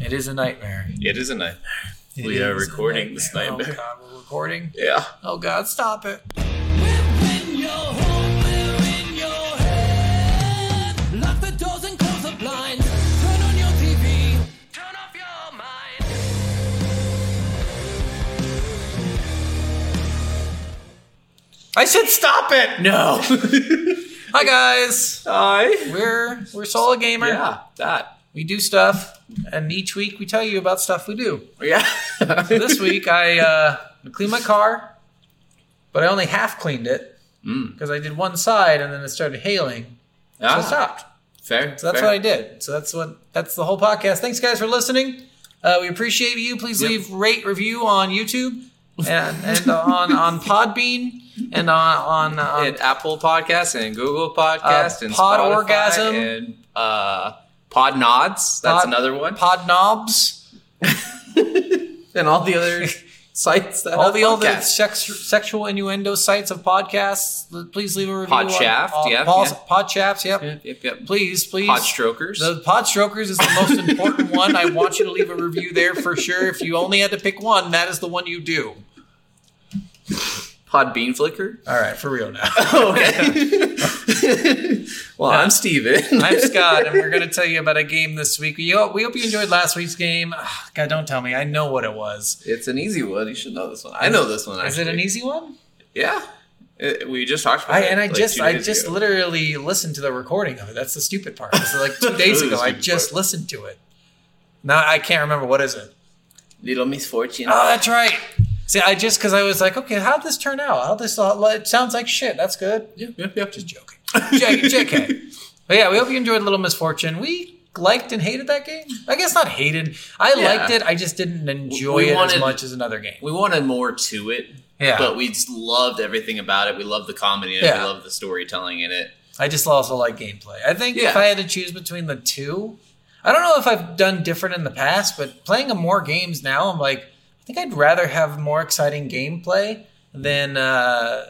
It is a nightmare. It is a nightmare. It we are is a recording this Oh nightmare. god, we're recording. Yeah. Oh god, stop it. When you're home, we're in your head. Lock the doors and close the blinds. Turn on your TV. Turn off your mind. I said stop it. No. Hi guys. Hi. We're we're Solo Gamer. Yeah, that. We do stuff, and each week we tell you about stuff we do. Yeah. This week I uh, cleaned my car, but I only half cleaned it because I did one side and then it started hailing, so I Mm. Ah, stopped. Fair. So that's fair. what I did. So that's what that's the whole podcast. Thanks guys for listening. Uh, we appreciate you. Please Yep. leave rate review on YouTube and, and uh, on on Podbean and uh, on on, on And Apple Podcasts and Google Podcasts Uh, and Pod Spotify Orgasm. and uh, Pod Nods. That's Pod- another one. Pod Knobs, and all the other sites that all have the other podcasts. sex, sexual innuendo sites of podcasts. L- Please leave a review. on- Podshaft, on yeah, Paul's- yeah. Podshafts, yep. Yep, yep, yep. Please, please. Pod Strokers. The Pod Strokers is the most important one. I want you to leave a review there for sure. If you only had to pick one, that is the one you do. Pod Bean Flicker. All right, for real now. okay. well, I'm Steven. I'm Scott, and we're going to tell you about a game this week. We hope, we hope you enjoyed last week's game. Ah, God, don't tell me. I know what it was. It's an easy one. You should know this one. I know this one. Is it an actually. easy one? Yeah. It- we just talked about I it. and I like, just two I days just ago. literally listened to the recording of it. That's the stupid part. It's like two That days is ago. the I stupid just part. listened to it. Now I can't remember what is it. Little Misfortune. Oh, that's right. See, I just because I was like, okay, how'd this turn out? How this it sounds like shit. That's good. yep, yep, yep. Just joking. J- JK. But yeah, we hope you enjoyed Little Misfortune. We liked and hated that game. I guess not hated. I Yeah. liked it. I just didn't enjoy We it as wanted- much as another game. we wanted more to it, Yeah. but we just loved everything about it. We loved the comedy in it. Yeah. We loved the storytelling in it. I just also like gameplay. I think if Yeah. I had to choose between the two, I don't know if I've done different in the past, but playing more games now, I'm like, I think I'd rather have more exciting gameplay than uh,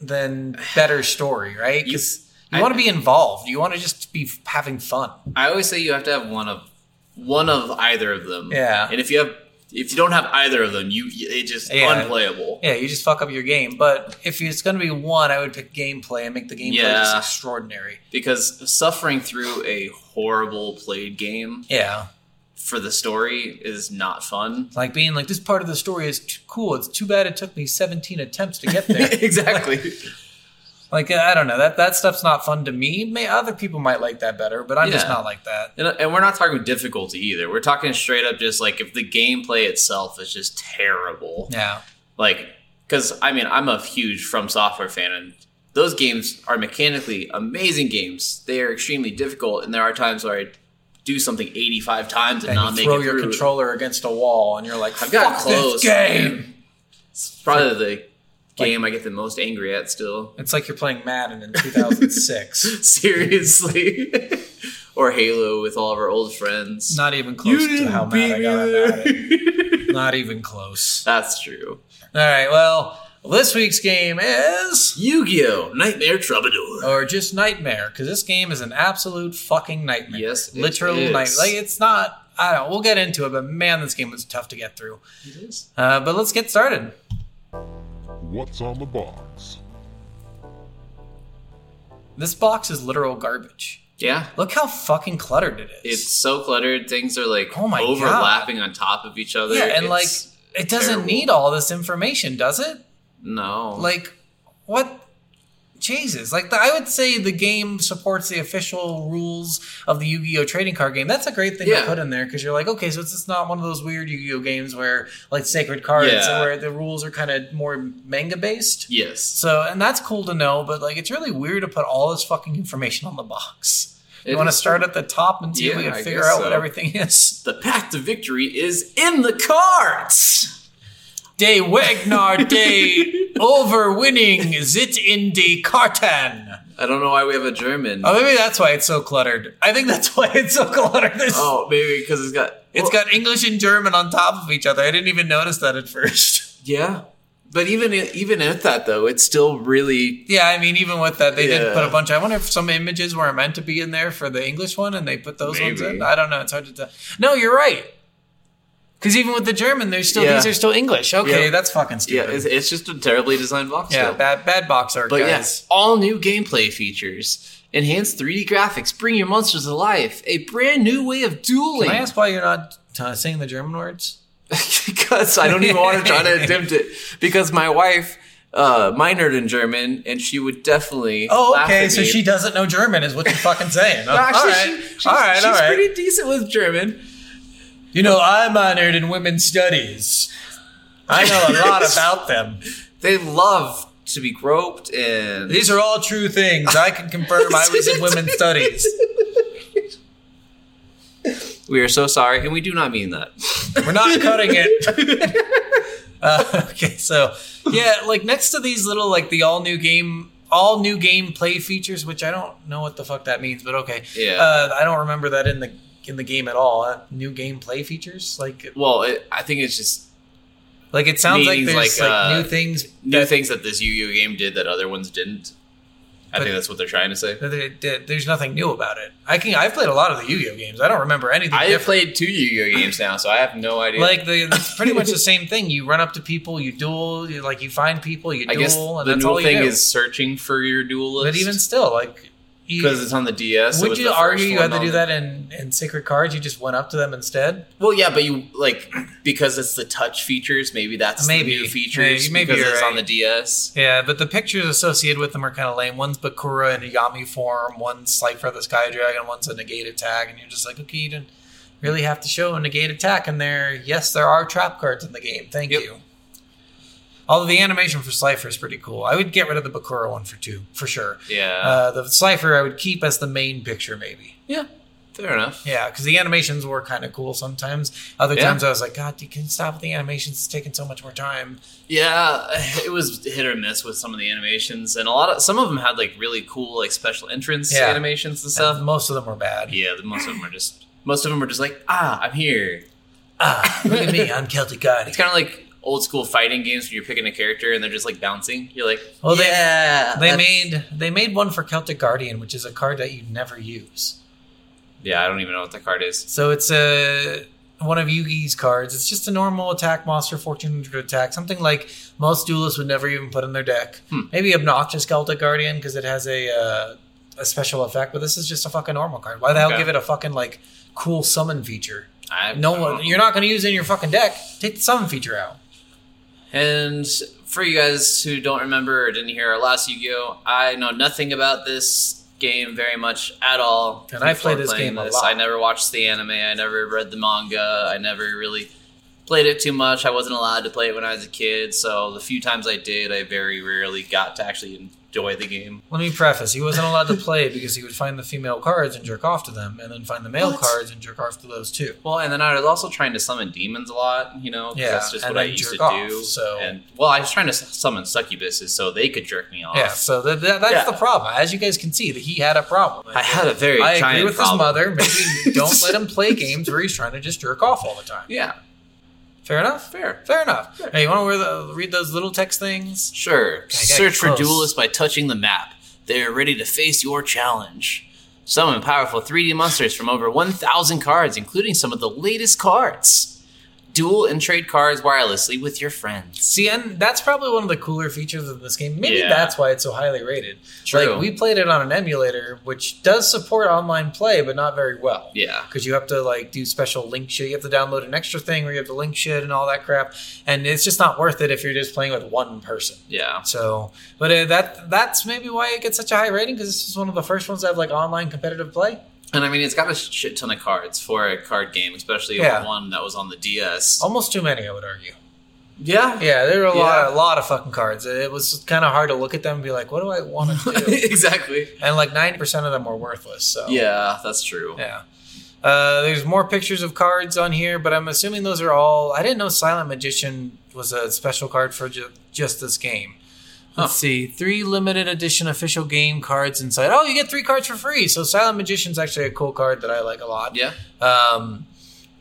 than better story, right? Because you, I- want to be involved. You want to just be f- having fun. I always say you have to have one of one of either of them. Yeah. And if you have if you don't have either of them, you it just Yeah. unplayable. Yeah, you just fuck up your game. But if it's going to be one, I would pick gameplay and make the gameplay just Yeah. extraordinary. Because suffering through a horrible played game Yeah. for the story is not fun. Like being like, this part of the story is too cool. It's too bad it took me 17 attempts to get there. exactly. Like I don't know that that stuff's not fun to me. May other people might like that better, but I'm just Yeah. not like that. And, and we're not talking difficulty either. We're talking straight up just like if the gameplay itself is just terrible. Yeah, Like, because I mean, I'm a huge From Software fan, and those games are mechanically amazing games. They are extremely difficult, and there are times where I do something 85 times and, and not you make throw it your through. controller against a wall, and you're like, I've gotten "Fuck close. this game." man. It's probably the game I get the most angry at still. It's like you're playing Madden in 2006. Seriously. or Halo with all of our old friends. not even close to how mad I got about it. it. Not even close. That's true. All right, well, this week's game is Yu-Gi-Oh! Nightmare Troubadour. or just nightmare because this game is an absolute fucking nightmare. Yes, it literal is. nightmare. Like it's not. I don't. We'll get into it, but man, this game was tough to get through. Uh, but let's get started. What's on the box? This box is literal garbage. Yeah. Look how fucking cluttered it is. It's so cluttered. Things are like Oh my God. overlapping on top of each other. yeah, and like It's- it doesn't terrible. need all this information, does it? no. Like what? Jesus! Like the, I would say the game supports the official rules of the Yu-Gi-Oh trading card game. That's a great thing to Yeah. put in there because you're like, okay, so it's just not one of those weird Yu-Gi-Oh games where like sacred cards Yeah. where the rules are kind of more manga based. yes. So, and that's cool to know, but like it's really weird to put all this fucking information on the box. You It want to is start at the top and see if we Yeah, can I figure guess out what so. everything is. The path to victory is in the cards. De Wagner de overwinning zit in de Karten. I don't know why we have a German. Oh, maybe that's why it's so cluttered. I think that's why it's so cluttered. This, Oh, maybe because it's got It's well, got English and German on top of each other. I didn't even notice that at first. yeah. But even i- even at that though, it's still really Yeah, I mean, even with that, they didn't Yeah. put a bunch. I wonder if some images weren't meant to be in there for the English one, and they put those ones Maybe. in. I don't know. It's hard to tell. No, you're right. Because even with the German, there's still Yeah. these are still English. Okay, Yeah. that's fucking Yeah, stupid. it's, it's just a terribly designed box. Yeah, still. bad bad box art, But guys. yes, all new gameplay features, enhanced 3D graphics, bring your monsters to life, a brand new way of dueling. Can I ask why you're not uh, saying the German words? because I don't even want to try to attempt it. Because my wife uh, minored in German, and she would definitely. Oh, laugh okay. at So me. she doesn't know German, is what you're fucking saying. No, actually, all right, she, she's, all right, she's all right. pretty decent with German. You know, I minored in women's studies. I know a lot about them. They love to be groped and These are all true things. I can confirm I was in women's studies. We are so sorry, and we do not mean that. We're not cutting it. uh, okay, so yeah, like next to these little like the all new game, all new game play features, which I don't know what the fuck that means, but okay. Yeah. uh, I don't remember that in the in the game at all. Uh, new game play features, like Well, it, I think it's just like it sounds like Means, there's like, like, uh, new things new things that this Yu Yu game did that other ones didn't. I But- think that's what they're trying to say. that they- that there's nothing new about it. I can I've played a lot of the Yu-Gi-Oh games. I don't remember anything. I have different. played two Yu Yu games now, so I have no idea. Like the, it's pretty much the same thing. You run up to people, you duel, you like you find people, you I duel, guess and the that's dual all you thing do. is searching for your dual list. But even still, like, you, because it's on the DS. it would was you the argue first you one had to on do the- that in, in Sacred Cards? You just went up to them instead? Well, yeah, but you like because it's the touch features. Maybe that's Maybe. the new features Maybe- maybe because you're it's right. on the DS. Yeah, but the pictures associated with them are kind of lame. One's Bakura in a Yami form, one's like for the Sky Dragon, one's a negate attack, and you're just like, okay, you didn't really have to show a negate attack in there. Yes, there are trap cards in the game. Thank Yep. you. Although the animation for Slifer is pretty cool. I would get rid of the Bakura one for two, for sure. Yeah, Uh, the Slifer I would keep as the main picture, maybe. yeah, fair enough. Yeah, because the animations were kind of cool sometimes. Other Yeah. times I was like, God, you can stop with the animations. It's taking so much more time. Yeah, it was hit or miss with some of the animations, and a lot of some of them had like really cool like special entrance Yeah. animations and So stuff. most of them were bad. yeah, the- most of them are just most of them are just like ah, I'm here. Ah, look at me, I'm Celtic God. It's kind of like old school fighting games when you're picking a character and they're just like bouncing. You're like, Well, they- yeah, They that's- made they made one for Celtic Guardian, which is a card that you never use. Yeah, I don't even know what that card is. So it's a one of Yugi's cards. It's just a normal attack monster, fourteen hundred attack, something like most duelists would never even put in their deck. Hmm. Maybe obnoxious Celtic Guardian because it has a uh, a special effect, but this is just a fucking normal card. Why the hell Okay. give it a fucking like cool summon feature? I No I don't know. one, you're not going to use it in your fucking deck. Take the summon feature out. And for you guys who don't remember or didn't hear our last Yu-Gi-Oh, I know nothing about this game very much at all. And I before play this playing game a lot. I never watched the anime. I never read the manga. I never really played it too much. I wasn't allowed to play it when I was a kid. So the few times I did, I very rarely got to actually enjoy the game. Let me preface: he wasn't allowed to play because he would find the female cards and jerk off to them, and then find the male What? cards and jerk off to those too. Well, and then I was also trying to summon demons a lot, you know, 'cause Yeah, that's just and what I then used jerk to off, do. so- and well, I was trying to summon succubuses so they could jerk me off. Yeah, so that, that, that's Yeah. the problem. As you guys can see, that he had a problem. I had a very I agree giant with problem. his mother. Maybe don't let him play games where he's trying to just jerk off all the time. Yeah, Fair enough. fair. Fair enough. Hey, you want to read those little text things? Sure. Search for close. duelists by touching the map. They are ready to face your challenge. Summon powerful 3D monsters from over 1,000 cards, including some of the latest cards. Duel and trade cards wirelessly with your friends. See, and that's probably one of the cooler features of this game. Maybe Yeah. that's why it's so highly rated. True. Like we played it on an emulator, which does support online play, but not very well. Yeah. Because you have to like do special link shit. You have to download an extra thing where you have to link shit and all that crap. And it's just not worth it if you're just playing with one person. Yeah. So, but uh, that that's maybe why it gets such a high rating because this is one of the first ones that have like online competitive play. And I mean, it's got a shit ton of cards for a card game, especially Yeah. one that was on the DS. Almost too many, I would argue. Yeah. Yeah, there were a Yeah. lot, a lot of fucking cards. It was kind of hard to look at them and be like, what do I want to do? exactly. and like 90% of them were worthless so Yeah, that's true. Oh. yeah uh, there's more pictures of cards on here but i'm assuming those are all i didn't know silent magician was a special card for ju- just this game let's Huh. see three limited edition official game cards inside oh you get three cards for free so silent magician's actually a cool card that i like a lot Yeah. um,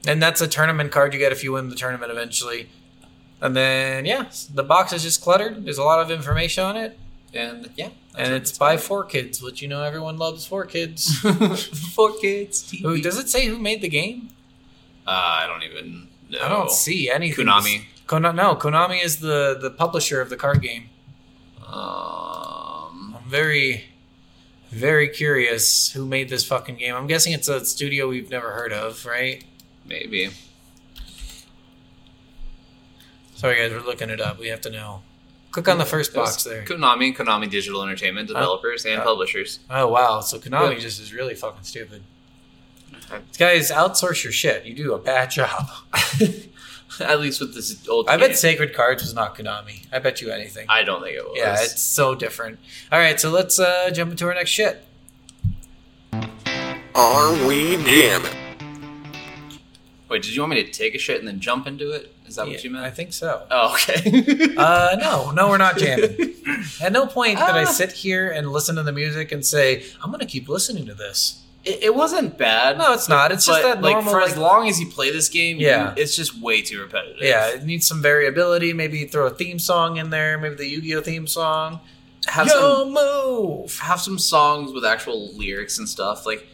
and that's a tournament card you get if you win the tournament eventually and then yeah the box is just cluttered there's a lot of information on it And yeah. and it's by four kids, which you know everyone loves four kids. Four kids. Who does it say who made the game? Uh, I don't even No. I don't see anything. Konami. Konami. No, Konami is the the publisher of the card game. Um, I'm very, very curious who made this fucking game. I'm guessing it's a studio we've never heard of, right? maybe. Sorry, guys, we're looking it up. We have to know. Click on the first box there. Konami, Konami Digital Entertainment, developers and Uh, publishers. Oh wow, so Konami Yeah. just is really fucking stupid. Guys, outsource your shit. You do a bad job. At least with this old. I bet game. Sacred Cards was not Konami. I bet you anything. I don't think it was. yeah, it's so different. All right, so let's uh, jump into our next shit. Are we gaming? Wait, did you want me to take a shit and then jump into it? Is that what you Yeah, meant? I think so. Oh, okay. Uh, no, no, we're not jamming. At no point did I Ah. sit here and listen to the music and say, I'm going to keep listening to this. it, it wasn't bad. No, it's not. It's just but, that like normal. for like, as long as you play this game, you- Yeah. it's just way too repetitive. yeah, it needs some variability. Maybe throw a theme song in there. Maybe the Yu Gi Oh theme song. have Yo, move! some have some songs with actual lyrics and stuff. Like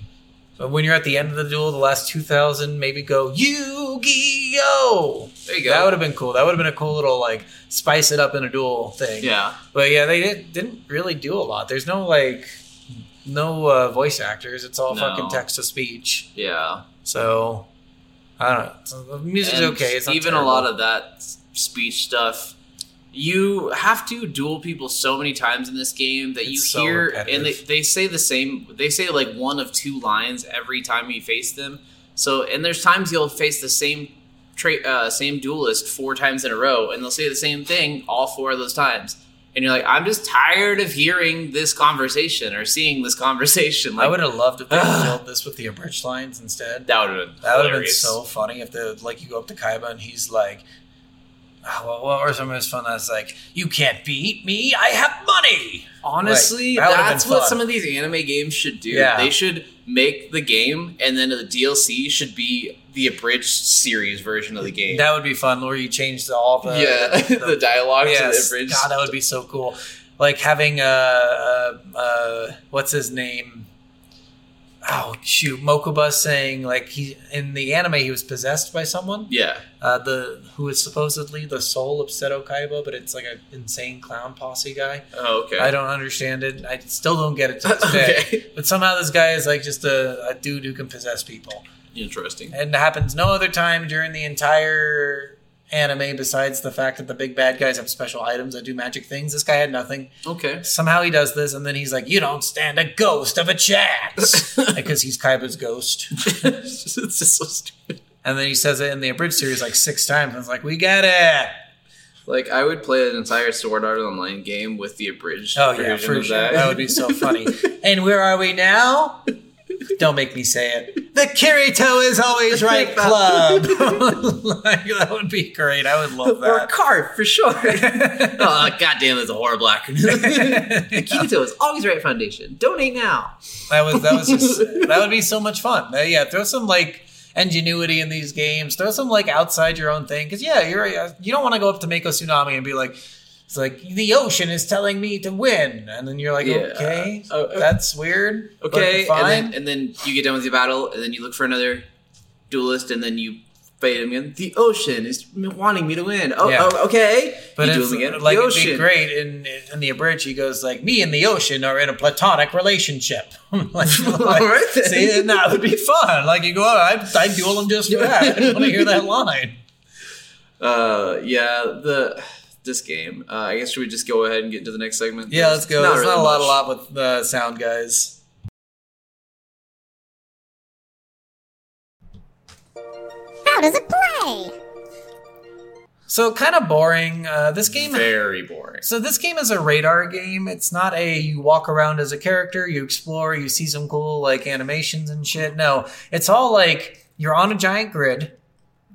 But when you're at the end of the duel, the last 2,000, maybe go Yu Gi Oh! there you go. That would have been cool. That would have been a cool little, like, spice it up in a duel thing. yeah, But yeah, they didn't, didn't really do a lot. There's no like no uh, voice actors. It's all No. fucking text to speech. yeah. So I don't know. So the music's And okay. It's not even a lot of that s- speech stuff. You have to duel people so many times in this game that It's you so hear, and they, repetitive. they say the same. They say like one of two lines every time you face them. So, and there's times you'll face the same tra- uh, same duelist four times in a row, and they'll say the same thing all four of those times. And you're like, I'm just tired of hearing this conversation or seeing this conversation. Like, I would have loved if they Ugh. filled this with the abridged lines instead. that would have been That would have been hilarious. so funny if the like you go up to Kaiba and he's like, oh, what, what were some of his fun? That's like, you can't beat me. I have money. Honestly, Like, that would've that's been what fun. some of these anime games should do. Yeah. They should make the game, and then the DLC should be the abridged series version of the game. That would be fun. Where you change the, all the yeah, the, dialogue Yes. to the abridged. God, that would be so cool. Like having uh, uh, uh, what's his name? Oh shoot, Mokuba saying like he in the anime he was possessed by someone. yeah, Uh, the who is supposedly the soul of Seto Kaiba, but it's like an insane clown posse guy. oh, okay. I don't understand it. I still don't get it to this day. okay, But somehow this guy is like just a, a dude who can possess people, interesting. and it happens no other time during the entire anime besides the fact that the big bad guys have special items that do magic things. This guy had nothing Okay, somehow he does this, and then he's like, "You don't stand a ghost of a chance," because he's Kaiba's ghost. it's just so stupid. And then he says it in the abridged series like six times, and it's like, "We get it." Like I would play an entire Sword Art Online game with the abridged Oh version yeah, for of sure. that. That would be so funny. and where are we now? Don't make me say it. The Kirito is always right club. like, that would be great. I would love or a that. card for sure. oh goddamn, that's a horrible acronym. Akito is always right foundation. Donate now. That was that was just that would be so much fun. Uh, yeah, throw some like ingenuity in these games. Throw some like outside your own thing. Because yeah, you're uh, you don't want to go up to Mako Tsunami and be like, it's like the ocean is telling me to win, and then you're like, Yeah. okay, Oh, oh. that's weird. but Okay, and fine. then, and then you get done with your battle, and then you look for another duelist, and then you fight him again. The ocean is m- wanting me to win. Oh, Yeah. oh, okay. but you it's duel again. like the it'd be ocean. great in in the abridged. He goes like, "Me and the ocean are in a platonic relationship." like, like, right then. see, and that would be fun. Like you go, oh, I I duel him just for that. I want to hear that line. Uh, yeah. The this game. Uh, I guess should we just go ahead and get into the next segment? Yeah, let's go. There's really not a lot, much. a lot with uh, sound guys. How does it play? So kind of boring. Uh, this game. Very boring. So this game is a radar game. It's not a you walk around as a character, you explore, you see some cool like animations and shit. No, it's all like you're on a giant grid,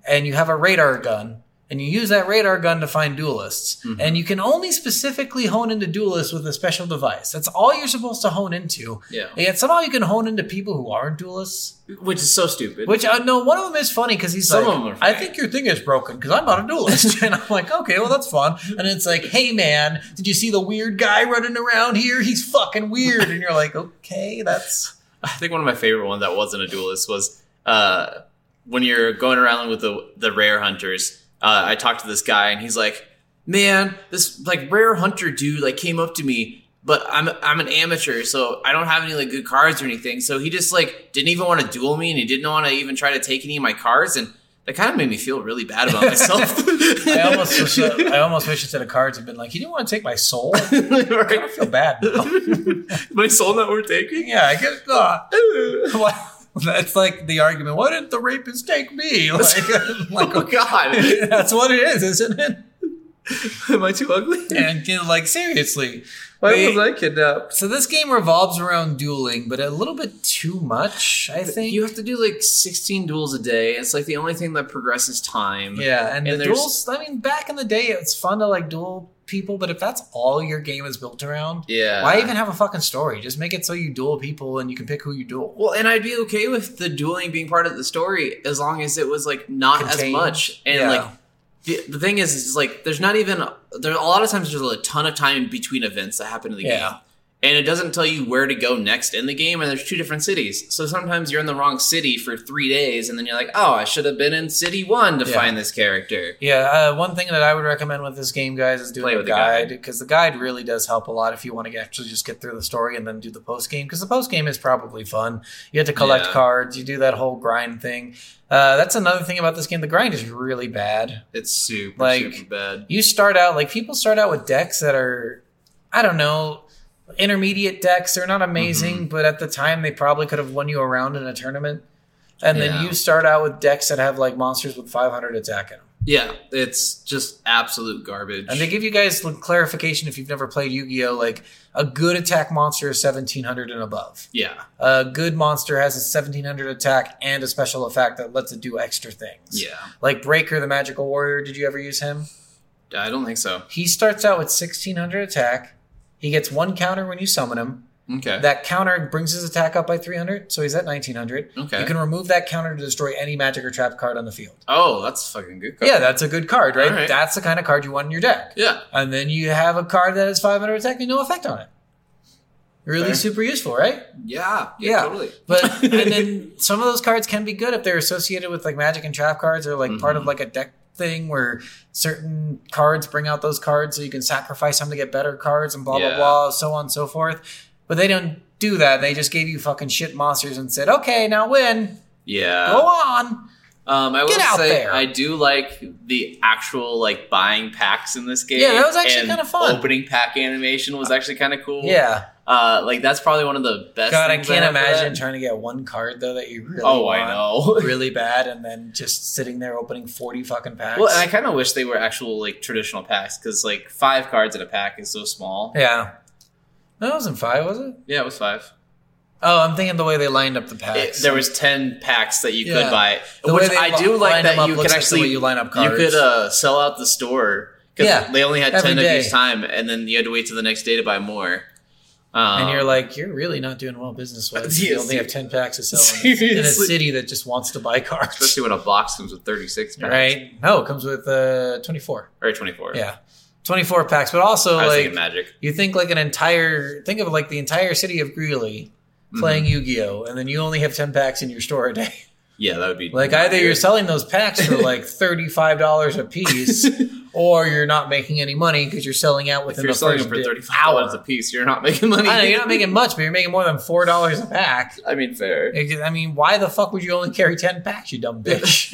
and you have a radar gun, and you use that radar gun to find duelists, and you can only specifically hone into duelists with a special device. That's all you're supposed to hone into. Yeah. And yet somehow you can hone into people who aren't duelists. Which is so stupid. Which uh, no, one of them is funny because he's Some like, of them are I funny. think your thing is broken because I'm not a duelist, and I'm like, okay, well that's fun. And it's like, hey man, did you see the weird guy running around here? He's fucking weird, and you're like, okay, that's I think one of my favorite ones that wasn't a duelist was uh, when you're going around with the the rare hunters, uh, I talked to this guy and he's like, "Man, this like rare hunter dude like came up to me, but I'm I'm an amateur, so I don't have any like good cards or anything. So he just like didn't even want to duel me, and he didn't want to even try to take any of my cards, and that kind of made me feel really bad about myself. I almost wish uh, I almost wish instead of cards had been like, he didn't want to take my soul. I Right? feel bad. now. my soul not worth taking. Oh, yeah, I guess. ah. Why- That's like the argument. Why didn't the rapist take me? Like, like Oh God, that's what it is, isn't it? am I too ugly? And you know, like seriously, Why They- was I kidnapped? so this game revolves around dueling, but a little bit too much, I think. You have to do like 16 duels a day. It's like the only thing that progresses time. yeah, and, and the there's- duels. I mean, back in the day, it's fun to like duel people, but if that's all your game is built around, Yeah. why even have a fucking story? Just make it so you duel people and you can pick who you duel. Well, and I'd be okay with the dueling being part of the story as long as it was like not as Contained. much. And Yeah. like the, the thing is, is like there's not even there. A lot of times there's a ton of time between events that happen in the Yeah. game, and it doesn't tell you where to go next in the game. And there's two different cities, so sometimes you're in the wrong city for three days, and then you're like, oh, I should have been in city one to Yeah. find this character. Yeah, uh, one thing that I would recommend with this game, guys, is Play doing a with the guide guide. because the guide really does help a lot if you want to actually just get through the story and then do the post game because the post game is probably fun. You have to collect Yeah. cards, you do that whole grind thing. Uh, that's another thing about this game. The grind is really bad. It's super Like- super bad. You start out like people start out with decks that are, I don't know, intermediate decks. They're not amazing, Mm-hmm. but at the time they probably could have won you a round in a tournament. And Yeah. then you start out with decks that have like monsters with 500 attack in them. Yeah, it's just absolute garbage. And they give you guys like, clarification if you've never played Yu-Gi-Oh. Like a good attack monster is seventeen hundred and above. yeah, A good monster has a seventeen hundred attack and a special effect that lets it do extra things. yeah. Like Breaker, the magical warrior. Did you ever use him? I don't think so. He starts out with sixteen hundred attack. He gets one counter when you summon him. Okay. That counter brings his attack up by 300, so he's at 1900. Okay. You can remove that counter to destroy any magic or trap card on the field. oh, that's fucking good. Yeah, that's a good card, right? All right. That's the kind of card you want in your deck. Yeah. and then you have a card that has 500 attack and no effect on it. Really Fair. super useful, right? Yeah. Yeah. But and then some of those cards can be good if they're associated with like magic and trap cards or like Mm-hmm. part of like a deck thing where certain cards bring out those cards so you can sacrifice them to get better cards and blah Yeah. blah blah so on and so forth. But they don't do that. They just gave you fucking shit monsters and said, "Okay, now win. yeah. Go on." Um, I will Get out say there. I do like the actual like buying packs in this game. Yeah, that was actually and kinda fun. Opening pack animation was actually kind of cool. Yeah. Uh, like that's probably one of the best. God, I things can't have for imagine that. trying to get one card though that you really oh, want. I know. really bad and then just sitting there opening 40 fucking packs. well, and I kind of wish they were actual like traditional packs because like five cards in a pack is so small. yeah. No, it wasn't five, was it? Yeah, it was five. Oh, I'm thinking the way they lined up the It- packs. there was ten packs that you could Yeah. buy, The way which they I li- do like line them that up you looks like can the actually way you line up cards. You could uh, sell out the store because Yeah, they only had every ten day. of each time, and then you had to wait till the next day to buy more. Um, and you're like, you're really not doing well business wise. You Yes, only have 10 packs to sell in a- in a seriously, city that just wants to buy cards. especially when a box comes with thirty six packs Right? No, it comes with uh, 24. or twenty four. Yeah. 24 packs, but also I was like thinking Magic. you think like an entire think of like the entire city of Greeley Mm-hmm. playing Yu-Gi-Oh and then you only have 10 packs in your store a day. Yeah, that would be Like not either you're good. selling those packs for like thirty five dollars a piece, or you're not making any money because you're selling out If within you're the selling first them for bit- thirty five dollars a hour. piece, you're not making money. I know you're not making much, but you're making more than four dollars a pack. I mean, fair. It- I mean, why the fuck would you only carry ten packs, you dumb bitch?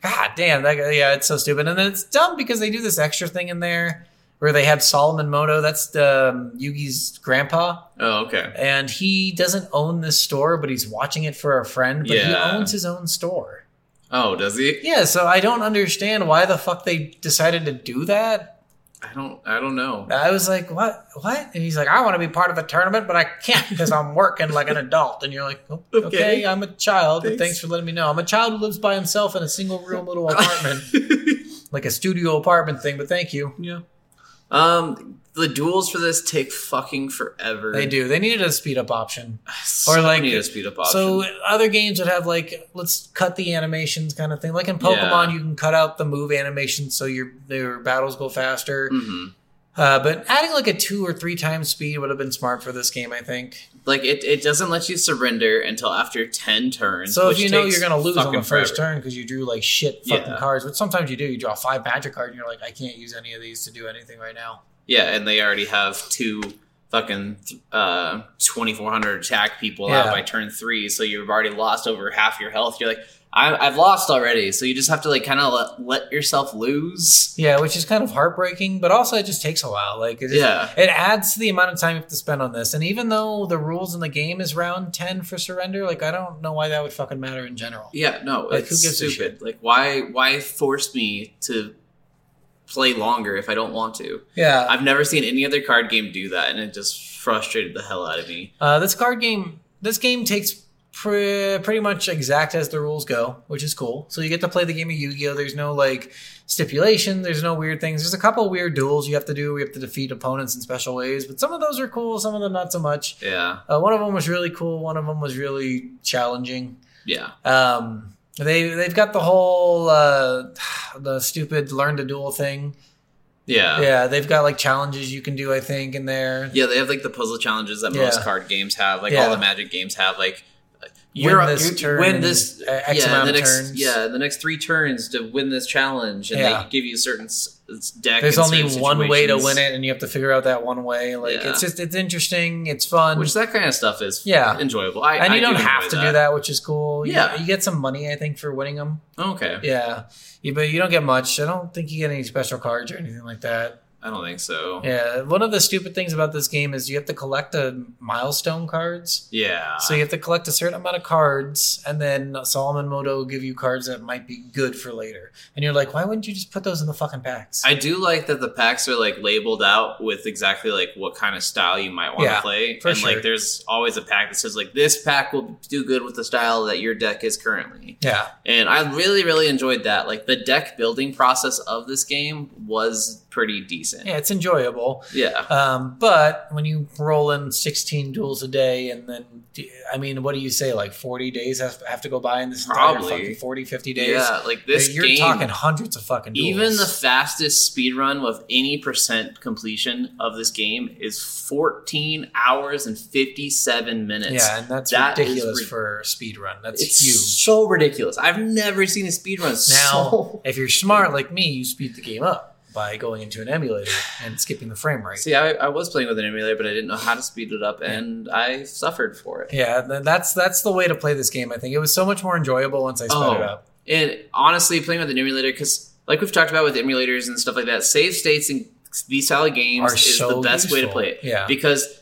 God damn, that guy, yeah, it's so stupid, and then it's dumb because they do this extra thing in there where they had Solomon Moto. That's the um, Yugi's grandpa Oh, okay. and he doesn't own this store, but he's watching it for a friend. But he Yeah. owns his own store. Oh, does he? Yeah, so I don't understand why the fuck they decided to do that. I don't. I don't know. I was like, what? What? And he's like, I want to be part of a tournament, but I can't because I'm working like an adult. And you're like, "Oh, okay, Okay. I'm a child, but Thanks. thanks for letting me know. I'm a child who lives by himself in a single room little apartment, like a studio apartment thing, but thank you. Yeah. Um, the duels for this take fucking forever. They do. They needed a speed up option. So Or, like, need a speed up option. So other games would have like let's cut the animations kind of thing. Like in Pokemon, Yeah. you can cut out the move animations so your their battles go faster. Mhm. Uh, but adding like a two or three times speed would have been smart for this game, I think. Like it, it doesn't let you surrender until after ten turns. So if which you know takes you're going to lose on fucking the first forever. turn because you drew like shit fucking Yeah. cards, which sometimes you do. You draw five magic cards and you're like, I can't use any of these to do anything right now. yeah, and they already have two fucking uh, twenty four hundred attack people Yeah. out by turn three, so you've already lost over half your health. You're like, I, I've lost already, so you just have to like kind of let, let yourself lose. Yeah, which is kind of heartbreaking, but also it just takes a while. Like, it just, Yeah. it adds to the amount of time you have to spend on this. And even though the rules in the game is round ten for surrender, like I don't know why that would fucking matter in general. Yeah, no, Like, it's who gives a stupid. Like, why why force me to play longer if I don't want to? Yeah, I've never seen any other card game do that, and it just frustrated the hell out of me. Uh, this card game, this game takes pre- pretty much exact as the rules go, which is cool. So you get to play the game of Yu-Gi-Oh. There's no like stipulation. There's no weird things. There's a couple weird duels you have to do. We have to defeat opponents in special ways, but some of those are cool. Some of them not so much. Yeah, Uh, one of them was really cool. One of them was really challenging. yeah. Um, they they've got the whole uh, the stupid learn to duel thing. Yeah. Yeah. Yeah, they've got like challenges you can do. I think in there. they have like the puzzle challenges that Yeah. most card games have. Like Yeah. all the magic games have. Like Win this turn win in this a- X yeah, amount the of next, turns. Yeah, the next three turns to win this challenge, and Yeah. they give you a certain s- s- deck. There's and only certain one way to situations, win it, and you have to figure out that one way. Like Yeah. it's just it's interesting, it's fun, which that kind of stuff is Yeah. enjoyable. I, and I you don't do have enjoy to do that, which is cool. You- Yeah. you get some money, I think, for winning them. Okay, Yeah, you, but you don't get much. I don't think you get any special cards or anything like that. I don't think so. Yeah. Yeah, one of the stupid things about this game is you have to collect the milestone cards. So you have to collect a certain amount of cards, and then Solomon Moto will give you cards that might be good for later. And you're like, why wouldn't you just put those in the fucking packs? I do like that the packs are like labeled out with exactly like what kind of style you might want to Yeah, play, for and sure. like there's always a pack that says like this pack will do good with the style that your deck is currently. yeah, And I really, really enjoyed that. Like the deck building process of this game was pretty decent. yeah, it's enjoyable. Yeah. Um, but when you roll in 16 duels a day, and then, I mean, what do you say? Like 40 days have, have to go by in this entire Probably. fucking 40, 50 days? Yeah, like this You're game, talking hundreds of fucking duels. even the fastest speed run with any percent completion of this game is 14 hours and 57 minutes. Yeah, and that's That is ridiculous ri- for a speed run. That's It's huge. so ridiculous. I've never seen a speedrun Now, so. if you're smart like me, you speed the game up by going into an emulator and skipping the frame rate. See, I, I was playing with an emulator, but I didn't know how to speed it up, and I suffered for it. Yeah, th- that's that's the way to play this game. I think it was so much more enjoyable once I sped Oh. it up. And honestly, playing with an emulator, because like we've talked about with emulators and stuff like that, save states and these solid games Are is so the best way to useful. play it. Yeah. Because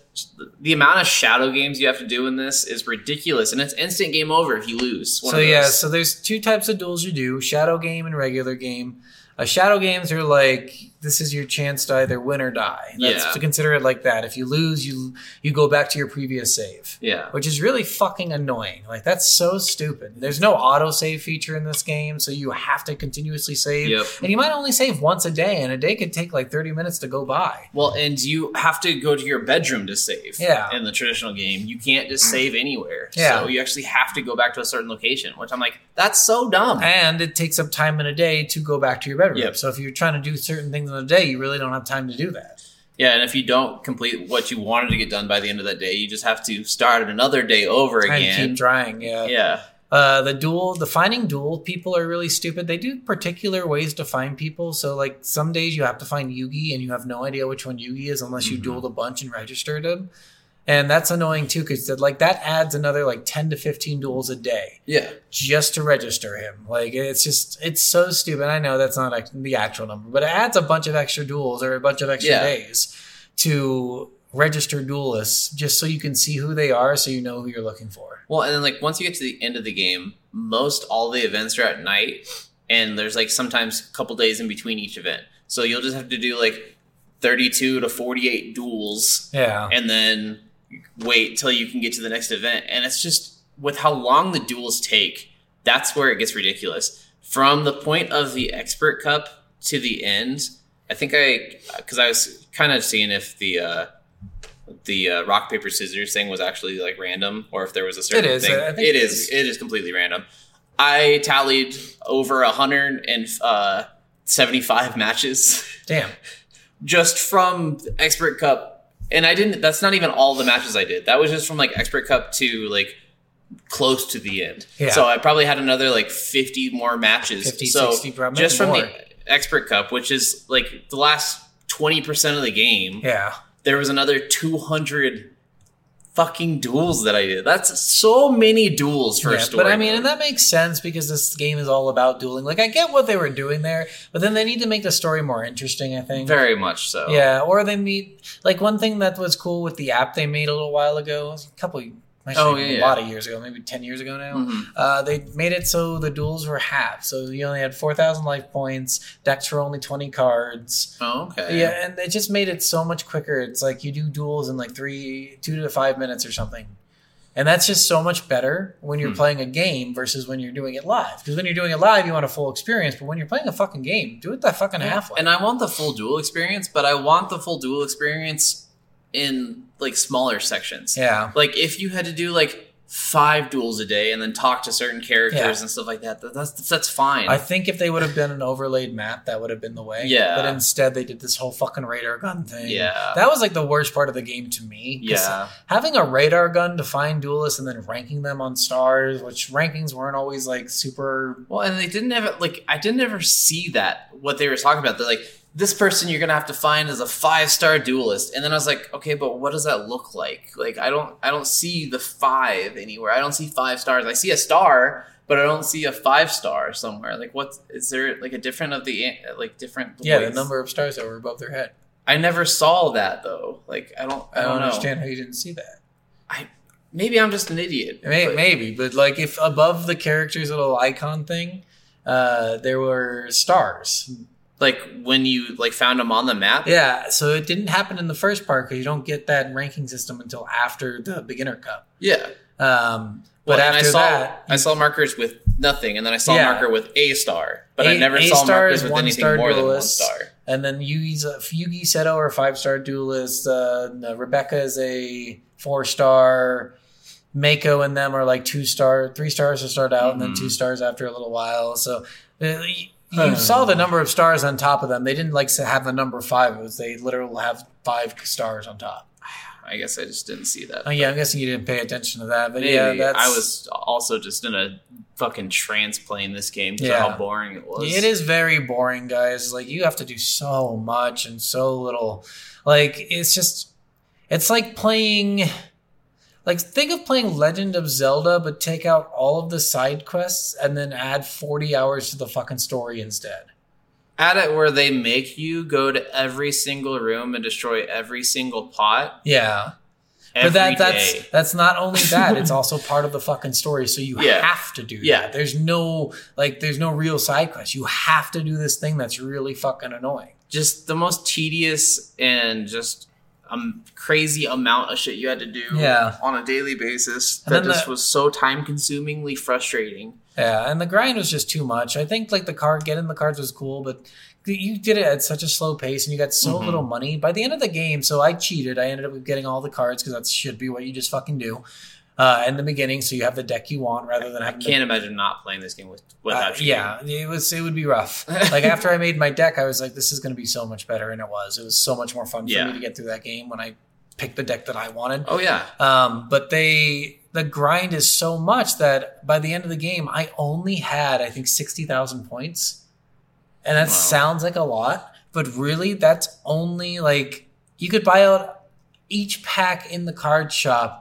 the amount of shadow games you have to do in this is ridiculous, and it's instant game over if you lose. One so of those. yeah so there's two types of duels you do shadow game and regular game uh, shadow games are like this is your chance to either win or die that's Yeah. to consider it like that if you lose you you go back to your previous save yeah. which is really fucking annoying like that's so stupid there's no auto save feature in this game so you have to continuously save Yep. and you might only save once a day and a day could take like 30 minutes to go by Well, and you have to go to your bedroom to save. Yeah. Mm. In the traditional game, you can't just save anywhere. Yeah. So you actually have to go back to a certain location, which I'm like, that's so dumb. and it takes up time in a day to go back to your bedroom Yep. so if you're trying to do certain things in a day you really don't have time to do that yeah, and if you don't complete what you wanted to get done by the end of that day, you just have to start another day over and again. keep trying yeah Yeah. Uh, the duel, the finding duel people are really stupid. They do particular ways to find people. So like some days you have to find Yugi and you have no idea which one Yugi is unless you dueled a bunch and registered him. And that's annoying too because like that adds another like ten to fifteen duels a day Yeah. just to register him. Like it's just it's so stupid. I know that's not act- the actual number, but it adds a bunch of extra duels or a bunch of extra Yeah. days to register duelists just so you can see who they are, so you know who you're looking for. Well, and then like once you get to the end of the game, most all the events are at night, and there's like sometimes a couple days in between each event. So you'll just have to do like 32 to 48 duels Yeah. and then wait till you can get to the next event. And it's just with how long the duels take, that's where it gets ridiculous. From the point of the expert cup to the end, I think I because I was kind of seeing if the uh, the uh, rock paper scissors thing was actually like random or if there was a certain is. thing. I think it it is. is. It is completely random. I tallied over a hundred and uh, seventy five matches Damn. just from Expert Cup. And I didn't, that's not even all the matches I did. That was just from like Expert Cup to like close to the end. Yeah. So I probably had another like 50 more matches. 50, so 60 probably just from more. the Expert Cup, which is like the last 20% of the game, Yeah. there was another 200 fucking duels that I did. That's so many duels for a Yeah, story. But I mean, mode. and that makes sense because this game is all about dueling. Like, I get what they were doing there, but then they need to make the story more interesting. I think. very much so. Yeah, or they meet like one thing that was cool with the app they made a little while ago, it was a couple, actually Oh, yeah, a yeah. lot of years ago, maybe ten years ago now. Mhm. Uh, they made it so the duels were half, so you only had four thousand life points. Decks were only twenty cards. Oh, okay. Yeah, and it just made it so much quicker. It's like you do duels in like three, two to five minutes or something. And that's just so much better when Hmm. you're playing a game versus when you're doing it live. Because when you're doing it live, you want a full experience. But when you're playing a fucking game, do it the fucking half way. And I want the full duel experience, but I want the full duel experience in like smaller sections. yeah. Like if you had to do like five duels a day and then talk to certain characters Yeah. and stuff like that, that that's that's fine. I think if they would have done an overlaid map, that would have been the way. Yeah. But instead, they did this whole fucking radar gun thing. Yeah. That was like the worst part of the game to me. 'cause Yeah. Having a radar gun to find duelists and then ranking them on stars, which rankings weren't always like super. well, and they didn't ever like I didn't ever see that what they were talking about. They're like this person you're gonna have to find is a five star duelist, and then I was like, okay, but what does that look like? Like I don't I don't see the five anywhere. I don't see five stars. I see a star, but I don't see a five star somewhere. Like what is there like a different of the an- like different? Yeah, the ways? number of stars that were above their head. I never saw that though. Like I don't I, I don't, know. understand how you didn't see that. Maybe I'm just an idiot. May- but- maybe, but like if above the character's little icon thing, uh, there were stars. Like when you like found them on the map. Yeah, so it didn't happen in the first part because you don't get that ranking system until after the beginner cup. Yeah. Um, but Well, and after I saw, that, I saw markers with nothing, and then I saw Yeah. a marker with a star, but I A- never a saw star markers is with one anything star more duelist. than one star. and then Yugi's a Yugi Seto or five star duelist. Uh, no, Rebecca is a four star. Mako and them are like two star, three stars to start out, and then Mhm. two stars after a little while. So uh, y- Huh. you saw the number of stars on top of them. They didn't like to have the number five. It was they literally have five stars on top. I guess I just didn't see that. Oh yeah, I'm guessing you didn't pay attention to that, but Maybe. yeah, that's I was also just in a fucking trance playing this game because Yeah. of how boring it was. It is very boring, guys. Like you have to do so much and so little. Like it's just it's like playing like think of playing Legend of Zelda but take out all of the side quests and then add 40 hours to the fucking story instead. at it where they make you go to every single room and destroy every single pot. Yeah. Every but that that's day. that's not only that, it's also part of the fucking story so you Yeah. have to do Yeah. that. There's no like there's no real side quest. You have to do this thing that's really fucking annoying. just the most tedious and just um crazy amount of shit you had to do Yeah. on a daily basis And that then just the- was so time consumingly frustrating. Yeah, and the grind was just too much. I think like the card getting the cards was cool, but you did it at such a slow pace and you got so Mhm. little money. By the end of the game, so I cheated. I ended up with getting all the cards because that should be what you just fucking do uh, in the beginning. So you have the deck you want rather than I having. the- can't imagine not playing this game with uh, without you. yeah, it was it would be rough. like after I made my deck, I was like, "This is going to be so much better," and it was. It was so much more fun Yeah. for me to get through that game when I picked the deck that I wanted. Oh yeah. Um, but they the grind is so much that by the end of the game, I only had I think sixty thousand points, and that Wow. sounds like a lot, but really that's only like you could buy out each pack in the card shop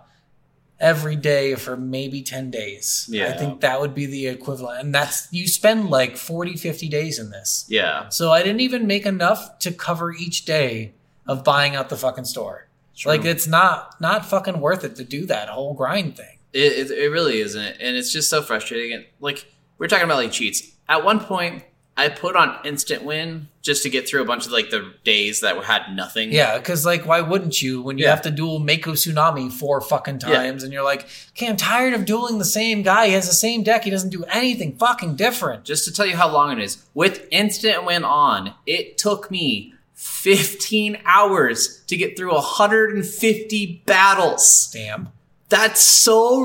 every day for maybe 10 days i Yeah. think that would be the equivalent and that's you spend like 40 50 days in this Yeah. so i didn't even make enough to cover each day of buying out the fucking store True. like it's not not fucking worth it to do that whole grind thing. It, it, it really isn't, and it's just so frustrating. And like we're talking about like cheats. At one point, I put on instant win just to get through a bunch of like the days that had nothing. Yeah, because like, why wouldn't you when you Yeah. have to duel Mako Tsunami four fucking Yeah. times and you're like, okay, I'm tired of dueling the same guy. He has the same deck. He doesn't do anything fucking different. Just to tell you how long it is, with instant win on, it took me 15 hours to get through 150 battles. Damn. That's so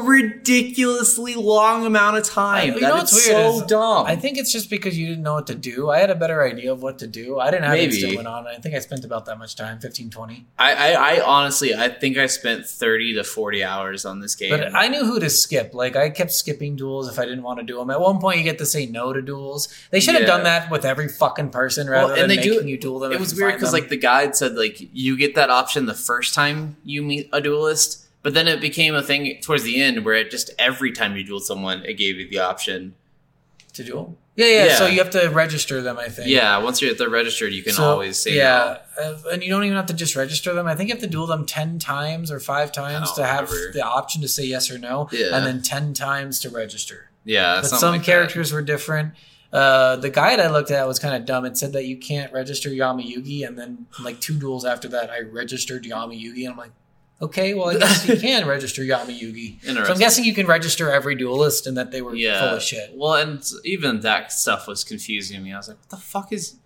ridiculously long amount of time. You That know is what's weird so is dumb. I think it's just because you didn't know what to do. I had a better idea of what to do. I didn't have Maybe. instant went on. I think I spent about that much time, 15, 20. I, I, I honestly, I think I spent thirty to forty hours on this game. But I knew who to skip. Like I kept skipping duels if I didn't want to do them. At one point, you get to say no to duels. They should have Yeah. done that with every fucking person rather and than they do- making you duel them. it if was you weird find because them. like the guide said like you get that option the first time you meet a duelist but then it became a thing towards the end where it just every time you duel someone it gave you the option to duel. Yeah, yeah, Yeah. So you have to register them. I think. yeah once you're they're registered you can So, always say yeah, uh, and you don't even have to just register them. I think you have to duel them ten times or five times don't to have remember. the option to say yes or no, Oh, Yeah. and then ten times to register. no. yeah but something some like that. characters were different. Uh, the guide I looked at was kind of dumb. It said that you can't register Yami Yugi, and then like two duels after that, I registered Yami Yugi, and I'm like, okay, well I guess you can register Yami Yugi. So I'm Interesting. guessing you can register every duelist, and that they were yeah full of shit. well and even that stuff was confusing me i was like what the fuck is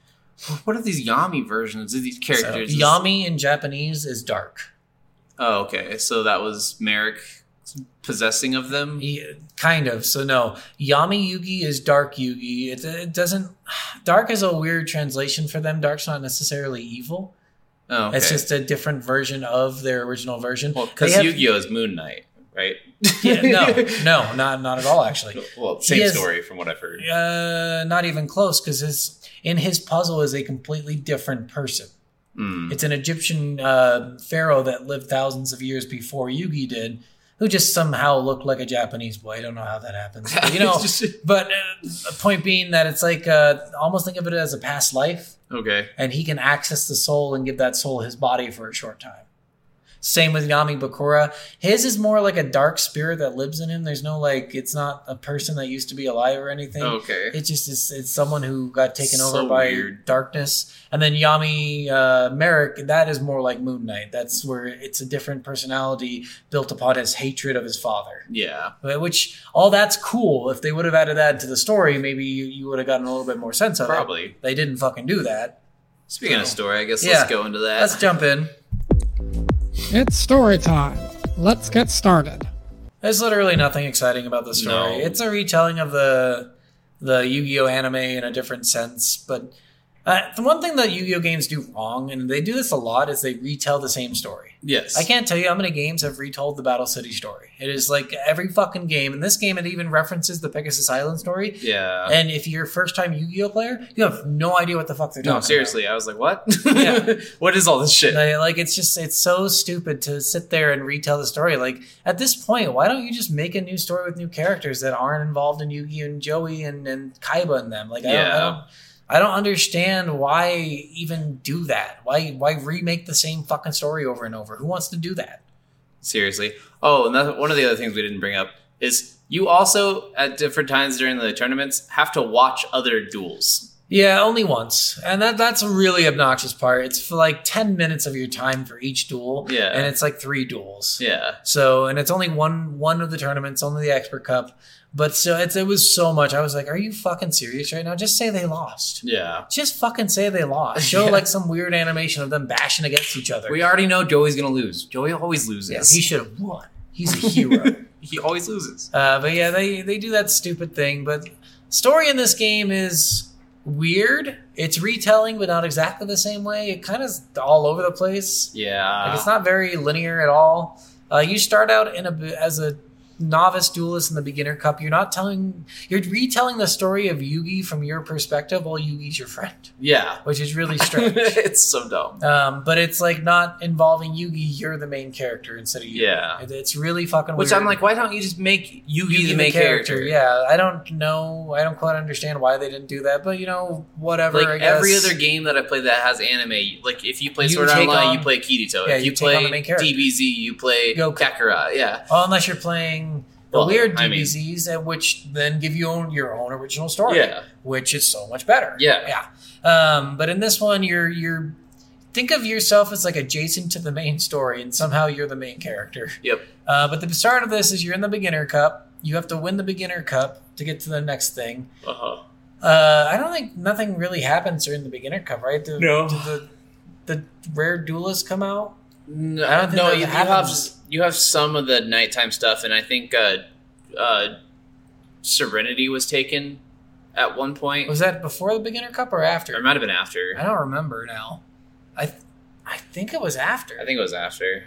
what are these yami versions of these So, characters Yami in Japanese is dark, oh okay so that was merrick possessing of them Yeah, kind of. So no, Yami Yugi is dark Yugi. It, it doesn't. Dark is a weird translation for them. Dark's not necessarily evil. oh okay. It's just a different version of their original version. well They because have- yu-gi-oh is moon knight right Yeah, no, no, not not at all. Actually, Well, same same is- story story from what I've heard. uh, not even close because his in his puzzle is a completely different person. Hmm. It's an Egyptian uh, pharaoh that lived thousands of years before Yugi did, who just somehow looked like a Japanese boy. I don't know how that happens, but, you know. but uh, the point being that it's like uh, almost think of it as a past life, okay. and he can access the soul and give that soul his body for a short time. Same with Yami Bakura. His is more like a dark spirit that lives in him. There's no like, it's not a person that used to be alive or anything. Okay. It just is. It's someone who got taken Oh. So over by weird. darkness. And then Yami uh, Merrick, that is more like Moon Knight. That's where it's a different personality built upon his hatred of his father. Yeah. But- Which all that's cool. If they would have added that to the story, maybe you, you would have gotten a little bit more sense of it. Probably. They didn't fucking do that. Speaking of story, I guess Yeah. let's go into that. Let's jump in. It's story time. Let's get started. There's literally nothing exciting about the story. No. It's a retelling of the the Yu-Gi-Oh anime in a different sense, but uh, the one thing that Yu-Gi-Oh games do wrong, and they do this a lot, is they retell the same story. yes. I can't tell you how many games have retold the Battle City story. It is like every fucking game. In this game, it even references the Pegasus Island story. Yeah. And if you're a first-time Yu-Gi-Oh player, you have no idea what the fuck they're talking. no, about. seriously. I was like, what? Yeah. what is all this shit? Like, like, it's just it's so stupid to sit there and retell the story. Like at this point, why don't you just make a new story with new characters that aren't involved in Yugi and Joey and, and Kaiba and them? Like I, don't, I Yeah. don't I don't understand why even do that. Why why remake the same fucking story over and over? Who wants to do that? Seriously. Oh, and that, one of the other things we didn't bring up is you also, at different times during the tournaments, have to watch other duels. Yeah, only once, and that that's a really obnoxious part. It's for like ten minutes of your time for each duel. Yeah. and it's like three duels. Yeah. So, and it's only one one of the tournaments, only the Expert Cup. But so it's, it was so much. I was like, "Are you fucking serious right now? Just say they lost. Yeah. Just fucking say they lost. Show like some weird animation of them bashing against each other. We already know Joey's going to lose. Joey always Yeah, loses. he should have won. He's a hero. he always loses. Uh, but yeah, they they do that stupid thing. But story in this game is weird. It's retelling, but not exactly the same way. It kind of is all over the place. Yeah. Like it's not very linear at all. Uh, you start out in a as a novice duelist in the beginner cup. You're not telling, you're retelling the story of Yugi from your perspective while Yugi's your friend, yeah. which is really strange. it's so dumb. um, but it's like not involving Yugi. You're the main character instead of Yugi. Yeah. It- it's really fucking. Which weird. I'm like, why don't you just make Yugi, Yugi the main character? Yeah, I don't know. I don't quite understand why they didn't do that, but you know, whatever. I like guess. every other game that I play that has anime, like if you play You Sword Art take Online, on- you play Kirito. Yeah, if you you, take on play the main character. DBZ, you play Goku. Kakarot. Yeah, Well, unless you're playing the Well, weird I mean- DBZs, and which then give you own, your own original story, Yeah. which is so much better. Yeah. yeah. Um, but in this one, you're you're think of yourself as like adjacent to the main story, and somehow you're the main character. yep. Uh, but the start of this is you're in the beginner cup. You have to win the beginner cup to get to the next thing. Uh huh. Uh, I don't think nothing really happens during the beginner cup, right? The, No. Did the the rare duelist come out? No, I don't think no that you, you have happens. you have some of the nighttime stuff, and I think uh, uh, Serenity was taken at one point. Was that before the beginner cup or or it after? might have been I after. don't remember now. I th- I think it was after. I think it was after.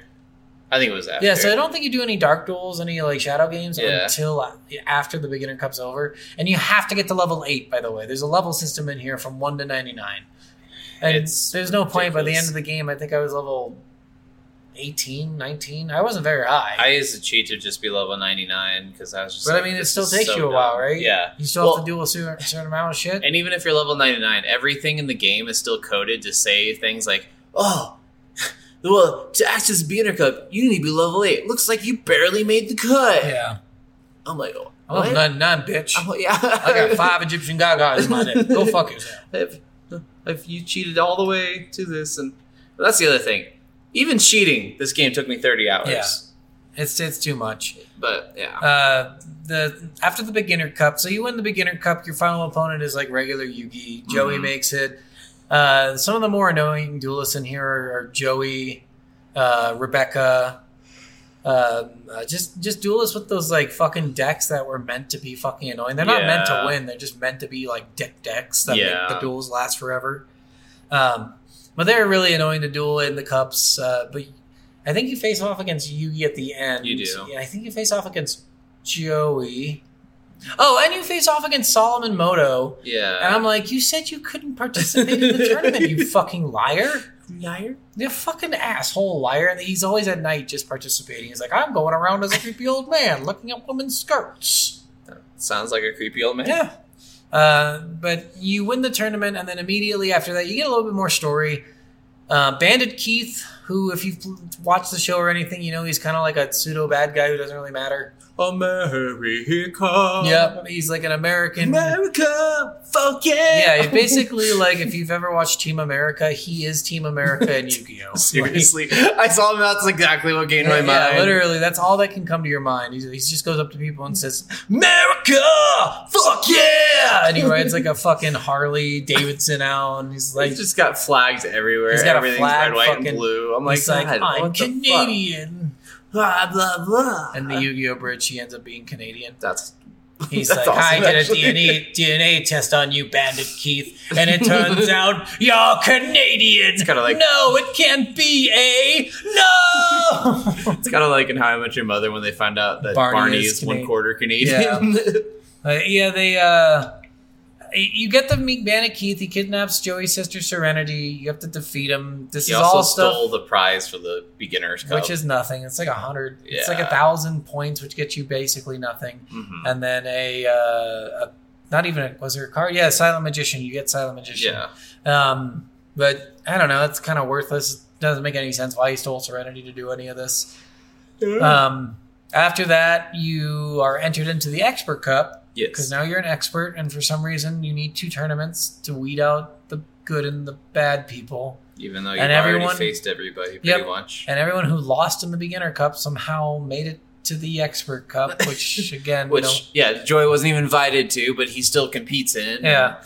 I think it was after. Yeah, so I don't think you do any dark duels, any like shadow games Yeah. until uh, after the beginner cup's over. And you have to get to level eight, by the way. There's a level system in here from one to ninety nine, and It's there's no point. By the ridiculous. end of the game, I think I was level 18, 19. I wasn't very high, I used to cheat to just be level ninety nine because I was just. but like, I mean, it this still is takes so you a while, dumb. right? Yeah, you still Well, have to do a certain, certain amount of shit. And even if you're level 99, everything in the game is still coded to say things like, oh, well, to access the beginner cup, you need to be level 8. Looks like you barely made the cut. yeah, I'm like, oh, I'm what? none, none, bitch. I'm like, yeah. I got five Egyptian gagas in my neck. Go fuck yourself. If, if you cheated all the way to this, and but that's the other thing. Even cheating, this game took me 30 hours. Yeah. It's it's too much. But yeah. Uh, the after the beginner cup, so you win the beginner cup. Your final opponent is like regular Yugi. Joey Mm-hmm. makes it. Uh, some of the more annoying duelists in here are, are Joey, uh, Rebecca, um, uh, just just duelists with those like fucking decks that were meant to be fucking annoying. They're not meant to Yeah. win. They're just meant to be like dick decks that Yeah. make the duels last forever. Um, but they're really annoying to duel in the cups. Uh, but I think you face off against Yugi at the end. You do. Yeah, I think you face off against Joey. Oh, and you face off against Solomon Moto. yeah. And I'm like, you said you couldn't participate in the tournament, you fucking liar. liar. You fucking asshole liar. And he's always at night just participating. He's like, I'm going around as a creepy old man looking at women's skirts. Sounds like a creepy old man. Yeah. Uh, but you win the tournament, and then immediately after that, you get a little bit more story. Uh, Bandit Keith, who, if you've watched the show or anything, you know he's kind of like a pseudo bad guy who doesn't really matter. Oh, Mary, here comes. yep. He's like an American. Oh, America, fuck yeah! Yeah, he's basically like if you've ever watched Team America, he is Team America in Yu Gi Oh! seriously, I saw him. That's exactly what came to my yeah, mind. literally, that's all that can come to your mind. He's, he just goes up to people and says, America, fuck yeah! and he rides like a fucking Harley Davidson out, and he's like, He's just got flags everywhere. He's got a Everything's flag, red, white, fucking- and blue. I'm like, he's like, God, I'm what the fuck?" Canadian. Blah blah blah. And the Yu-Gi-Oh bridge, he ends up being Canadian. that's He's That's like, I awesome, did actually." a DNA, DNA test on you, Bandit Keith, and it turns out you're Canadian. kinda like- no, it can't be, eh? No. it's kind of like in How I Met Your Mother when they find out that Barney Barney, is is, one Canadian. quarter Canadian. Uh, yeah, they. uh you get the meet Bandit Keith. He kidnaps Joey's sister Serenity. You have to defeat him. This he is also all stuff. stole the prize for the beginners cup. which is nothing. It's like a hundred. It's like a Yeah. thousand points, which gets you basically nothing. Mhm. And then a, uh, a not even a, was there a card? Yeah, silent magician. You get silent magician. yeah, Um, but I don't know. It's kind of worthless. It doesn't make any sense why he stole Serenity to do any of this. Um, after that, you are entered into the expert cup because yes. now you're an expert, and for some reason, you need two tournaments to weed out the good and the bad people. Even though you've and everyone- already faced everybody pretty Yep. much. And everyone who lost in the beginner cup somehow made it to the expert cup, which again, Which, no- yeah, Joy wasn't even invited to, but he still competes in. yeah.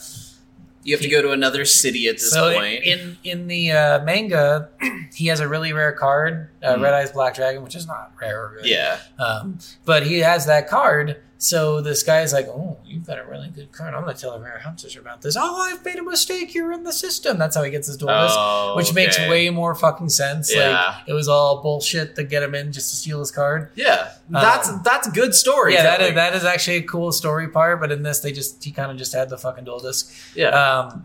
You have to go to another city at this So point. in in the uh, manga, he has a really rare card, uh, Mhm. Red Eyes Black Dragon, which is not rare. or good. yeah. Um, but he has that card. So this guy's like, "Oh, you've got a really good card. I'm gonna tell the rare hunters about this. Oh, I've made a mistake. You're in the system. That's how he gets his dual disc. Oh, Which makes okay. way more fucking sense. Yeah. Like it was all bullshit to get him in just to steal his card. Yeah. That's Um, that's good story. Yeah, that is, that is actually a cool story part, but in this, they just he kind of just had the fucking dual disc. yeah. Um,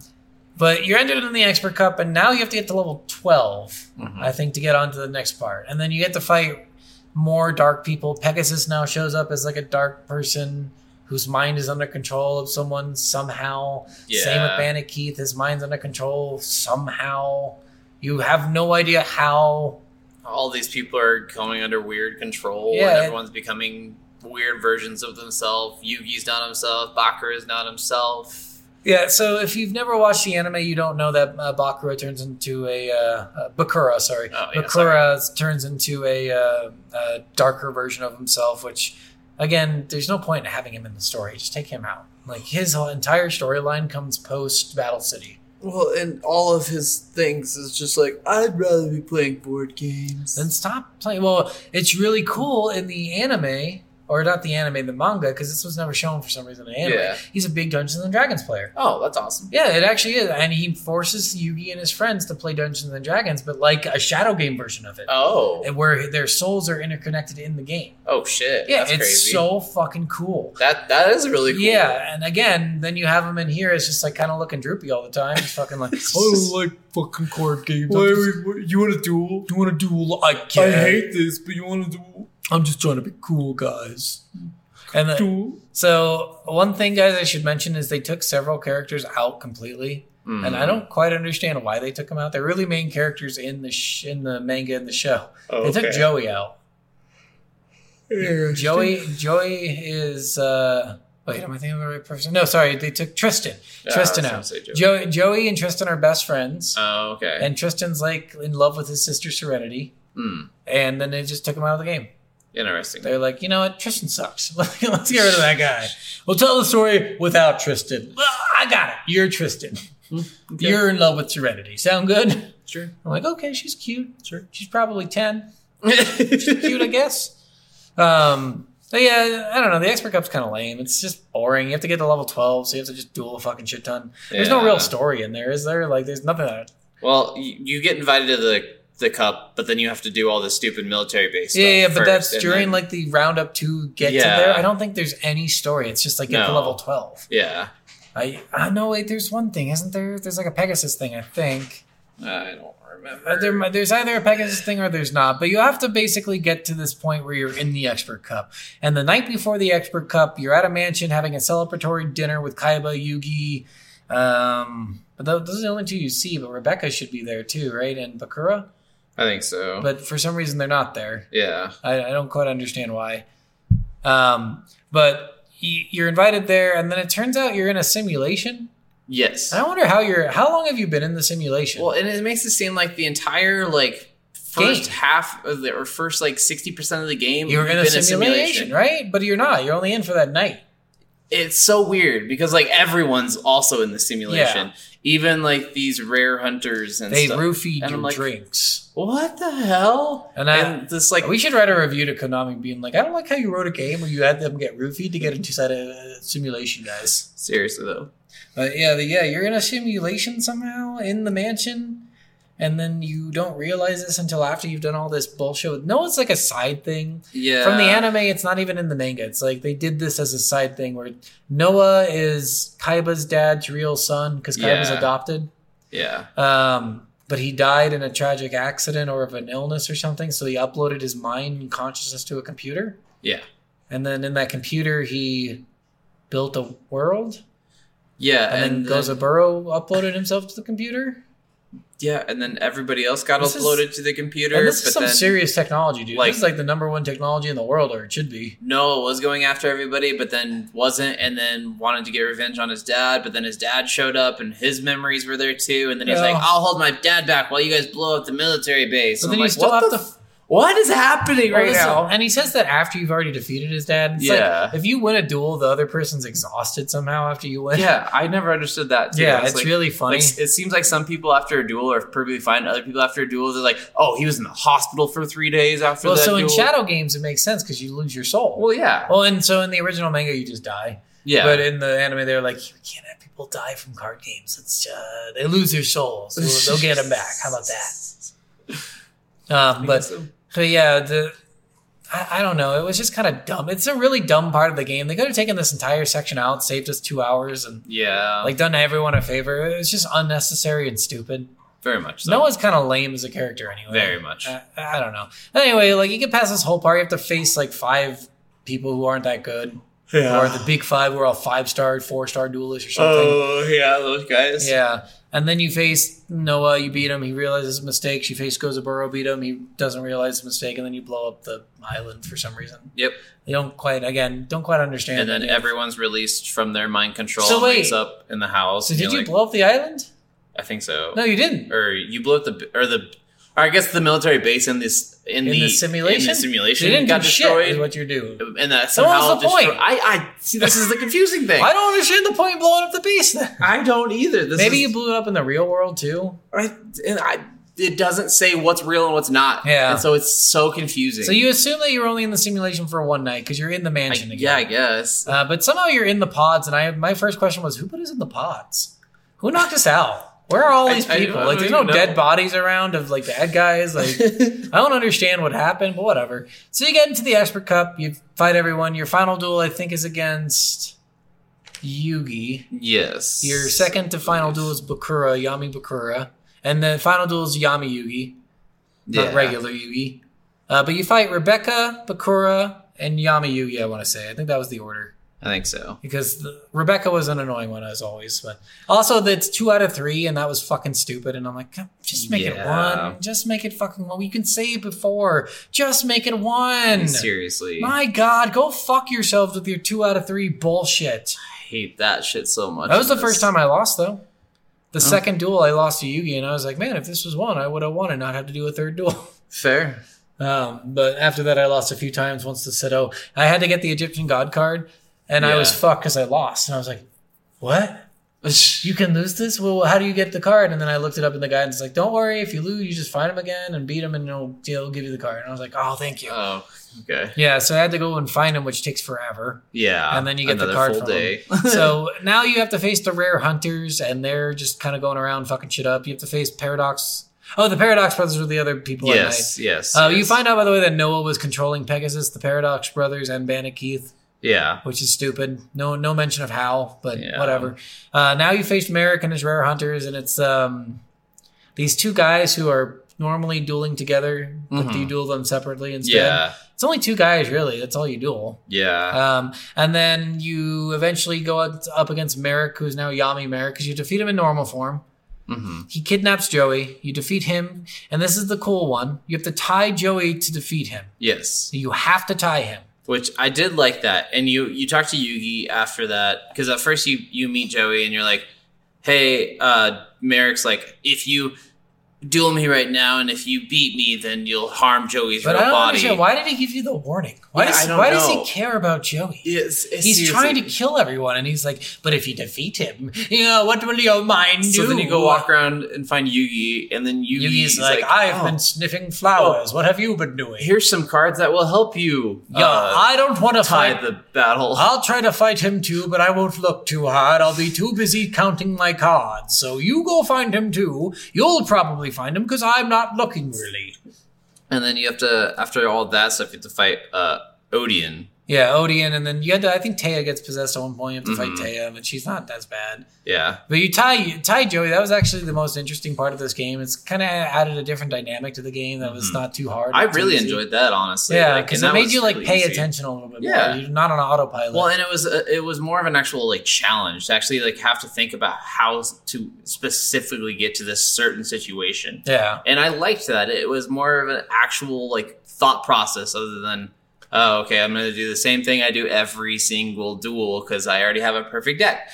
but you're entered in the expert cup, and now you have to get to level 12, Mhm. I think, to get on to the next part, and then you get to fight more dark people. Pegasus now shows up as like a dark person whose mind is under control of someone somehow. Same with Yeah. Bandit Keith, his mind's under control somehow. You have no idea how. All these people are coming under weird control Yeah, and it- everyone's becoming weird versions of themselves. Yugi's not himself, Bakura's not himself. Yeah, so if you've never watched the anime, you don't know that uh, Bakura turns into a uh, uh, Bakura, sorry, Oh, yeah, Bakura turns into a, uh, uh darker version of himself. Which, again, there's no point in having him in the story. Just take him out. Like his whole entire storyline comes post Battle City. Well, and all of his things is just like I'd rather be playing board games. Then stop playing. Well, it's really cool in the anime, or not the anime, the manga, because this was never shown for some reason in anime. Yeah. He's a big Dungeons and Dragons player. oh, that's awesome. Yeah, it actually is, and he forces Yugi and his friends to play Dungeons and Dragons, but like a shadow game version of it, Oh, and where their souls are interconnected in the game. oh shit. Yeah, that's it's crazy. so fucking cool. that that is really cool. Yeah, and again, then you have him in here. It's just like kind of looking droopy all the time. It's fucking like "Oh, I don't like fucking card games. I'm just- you want to duel? you want to duel? I can't. this, but you want to duel? I'm just trying to be cool, guys. And then, so one thing, guys, I should mention is they took several characters out completely, Hmm. and Mm-hmm. I don't quite understand why they took them out. They're really main characters in the sh- in the manga and the show. They took Joey out. Joey Joey is uh, wait, am I thinking of the right person? No, sorry, they took Tristan. Yeah, Ah, I Tristan was gonna out. say Joey. Joey. Joey and Tristan are best friends, Oh, okay. and Tristan's like in love with his sister Serenity, Hmm. and then they just took him out of the game. Interesting. They're like, you know what? Tristan sucks. Let's get rid of that guy. We'll tell the story without Tristan. Well, I got it. You're Tristan. You're in love with Serenity. Sound good? I'm Sure. like, okay, she's cute. Sure. She's probably 10. Cute. Cute, I guess. Um, but yeah, I don't know. The Expert Cup's kind of lame. It's just boring. You have to get to level 12, so you have to just duel a fucking shit ton. There's no Yeah. real story in there, is there? Like, there's nothing that Well, you, you get invited to the the cup, but then you have to do all this stupid military base. Yeah, stuff yeah, but first, that's and during then- like the roundup to get Yeah. to there. I don't think there's any story. It's just like get to No. level 12. Yeah, I I know. Wait, there's one thing, isn't there? There's like a Pegasus thing, I think. I don't remember. Uh, There, there's either a Pegasus thing or there's not. But you have to basically get to this point where you're in the Expert Cup, and the night before the Expert Cup, you're at a mansion having a celebratory dinner with Kaiba, Yugi. Um, but tho- those are the only two you see. But Rebecca should be there too, right? And Bakura. I think so. But for some reason, they're not there. yeah, I, I don't quite understand why. Um, but y- you're invited there, and then it turns out you're in a simulation. yes. And I wonder how you're. How long have you been in the simulation? Well, and it makes it seem like the entire like first Game. half of the or first like sixty percent of the game you were in a you've been simulation, right? But you're not. You're only in for that night. It's so weird because like everyone's also in the simulation, even like these rare hunters and They stuff. roofied And your I'm like- drinks. What the hell? And I- this like we should write a review to Konami, being like, "I don't like how you wrote a game where you had them get roofied to get into a simulation, guys." seriously though. But yeah, the, yeah, you're in a simulation somehow in the mansion, and then you don't realize this until after you've done all this bullshit. No, it's like a side thing. Yeah. From the anime, it's not even in the manga. It's like they did this as a side thing where Noah is Kaiba's dad's real son because Kaiba's Yeah. adopted. Yeah. Um, but he died in a tragic accident or of an illness or something. So he uploaded his mind and consciousness to a computer. Yeah. And then in that computer, he built a world. Yeah. And, then Goza Burrow uploaded himself to the computer. Yeah, and then everybody else got This is- uploaded to the computer. And this but is some then, serious technology, dude. like- this is like the number one technology in the world, or it should be. Noah was going after everybody, but then wasn't, and then wanted to get revenge on his dad. But then his dad showed up, and his memories were there too. And then he's Yeah. like, "I'll hold my dad back while you guys blow up the military base." But And then I'm you like, still "What have the to f- what is happening Well, right listen, now?" And he says that after you've already defeated his dad. It's Yeah. Like, if you win a duel, the other person's exhausted somehow after you win. yeah, I never understood that. Too. Yeah, I was it's really funny. like, it seems like some people after a duel are perfectly fine. Other people after a duel, they're like, "Oh, he was in the hospital for three days after Well, that." so in duel." Shadow games, it makes sense because you lose your soul. Well, yeah, Well, and so in the original manga, you just die. yeah, But in the anime, they're like, we can't have people die from card games. It's uh, they lose their souls. So they'll get them back. How about that? Um, but but yeah, the I, I don't know. It was just kind of dumb. It's a really dumb part of the game. They could have taken this entire section out, saved us two hours, and yeah, like done everyone a favor. It was just unnecessary and stupid. very much. So. Noah's kind of lame as a character anyway. Very much. I, I don't know. Anyway, like you get past this whole part, you have to face like five people who aren't that good. Or the big five who are all five star, four star duelists or something. Oh yeah, those guys. Yeah. And then you face Noah, you beat him, he realizes his mistake. You face Gozaburo, beat him, he doesn't realize his mistake, and then you blow up the island for some reason. Yep. You don't quite, again, don't quite understand. And then it. everyone's released from their mind control. So and wakes wait. up in the house. So and did you're you like, blow up the island? I think so. No, you didn't. Or you blew up the or the Or I guess the military base in this in, in the, in simulation. the simulation they didn't got do destroyed, Shit is what you're doing. and that So what was somehow the destroy- point? I, I see. This is the confusing thing. I don't understand the point in blowing up the base. Then. I don't either. This Maybe is, you blew it up in the real world too. I, and I, it doesn't say what's real and what's not. Yeah. and so it's so confusing. So you assume that you're only in the simulation for one night because you're in the I, mansion yeah, I again. guess. Uh, but somehow you're in the pods, and I my first question was, who put us in the pods? Who knocked us out? Where are all I- these I- I people? don't like, there's no even know. dead bodies around of like bad guys. Like, I don't understand what happened, but whatever. So you get into the Esper Cup, you fight everyone. Your final duel, I think, is against Yugi. yes, Your second to final duel is Bakura, Yami Bakura. And the final duel is Yami Yugi, not Yeah. regular Yugi. Uh, but you fight Rebecca, Bakura, and Yami Yugi, I want to say. I think that was the order. I think so. Because the, Rebecca was an annoying one, as always. But also, that's two out of three, and that was fucking stupid. And I'm like, "God, just make Yeah. it one. Just make it fucking one. You can say it before. Just make it one. Seriously, My God, go fuck yourselves with your two out of three bullshit. I hate that shit so much. That was the in first this. time I lost, though. The Oh. second duel, I lost to Yugi, and I was like, man, if this was one, I would have won and not have to do a third duel. Fair. Um, but after that, I lost a few times once to Seto. I had to get the Egyptian God card, and I was Yeah. fucked because I lost. And I was like, what? You can lose this? Well, how do you get the card? And then I looked it up in the guide, and it's like, don't worry. If you lose, you just find him again and beat him, and he'll, he'll give you the card. And I was like, oh, thank you. Oh, okay. yeah, so I had to go and find him, which takes forever Yeah, and then you get the another card full from day. them. so now you have to face the rare hunters, and they're just kind of going around fucking shit up. You have to face Paradox. Oh, the Paradox Brothers were the other people. at yes, yes. night. Uh, yes. You find out, by the way, that Noah was controlling Pegasus, the Paradox Brothers, and Bannock Keith, yeah. which is stupid. No, no mention of how, but Yeah. whatever. Uh, now you face Merrick and his rare hunters, and it's um, these two guys who are normally dueling together, but you duel them separately instead. Mm-hmm. Yeah, It's only two guys, really. That's all you duel. yeah. Um, and then you eventually go up up against Merrick, who's now Yami Merrick, because you defeat him in normal form. Mm-hmm. He kidnaps Joey. You defeat him, and this is the cool one. You have to tie Joey to defeat him. yes. So you have to tie him. Which I did like that. And you you talk to Yugi after that because at first you you meet Joey and you're like, "Hey, uh Merrick's like, if you duel me right now and if you beat me, then you'll harm Joey's But real I don't body." understand. Why did he give you the warning? Why Yeah, does I don't why does he know. care about Joey? It's- it's He's trying to seriously- kill everyone, and he's like, "But if you defeat him, you know what will your mind do?" So then you go walk around and find Yugi, and then Yugi Yugi's is like, "I've "Oh, been sniffing flowers. What have you been doing?" Here's some cards that will help you yeah, uh, I don't want to tie fight the battle. I'll try to fight him too, but I won't look too hard. I'll be too busy counting my cards. So you go find him too. You'll probably find him because I'm not looking really. And then you have to, after all that stuff, you have to fight uh, Odian. Yeah, Odian, and then you had to. I think Taya gets possessed at one point. You have to fight Mm-hmm. Taya, but she's not as bad. Yeah, But you tie you tie Joey. That was actually the most interesting part of this game. It's kind of added a different dynamic to the game that was not too hard. Mm-hmm. I not too really easy. enjoyed that honestly. Yeah, Like, because it and that made was you like really pay easy. attention a little bit Yeah. more. You're not on autopilot. Well, and it was a, it was more of an actual like challenge to actually like have to think about how s- to specifically get to this certain situation. yeah. And I liked that it was more of an actual like thought process other than oh okay I'm going to do the same thing I do every single duel because I already have a perfect deck.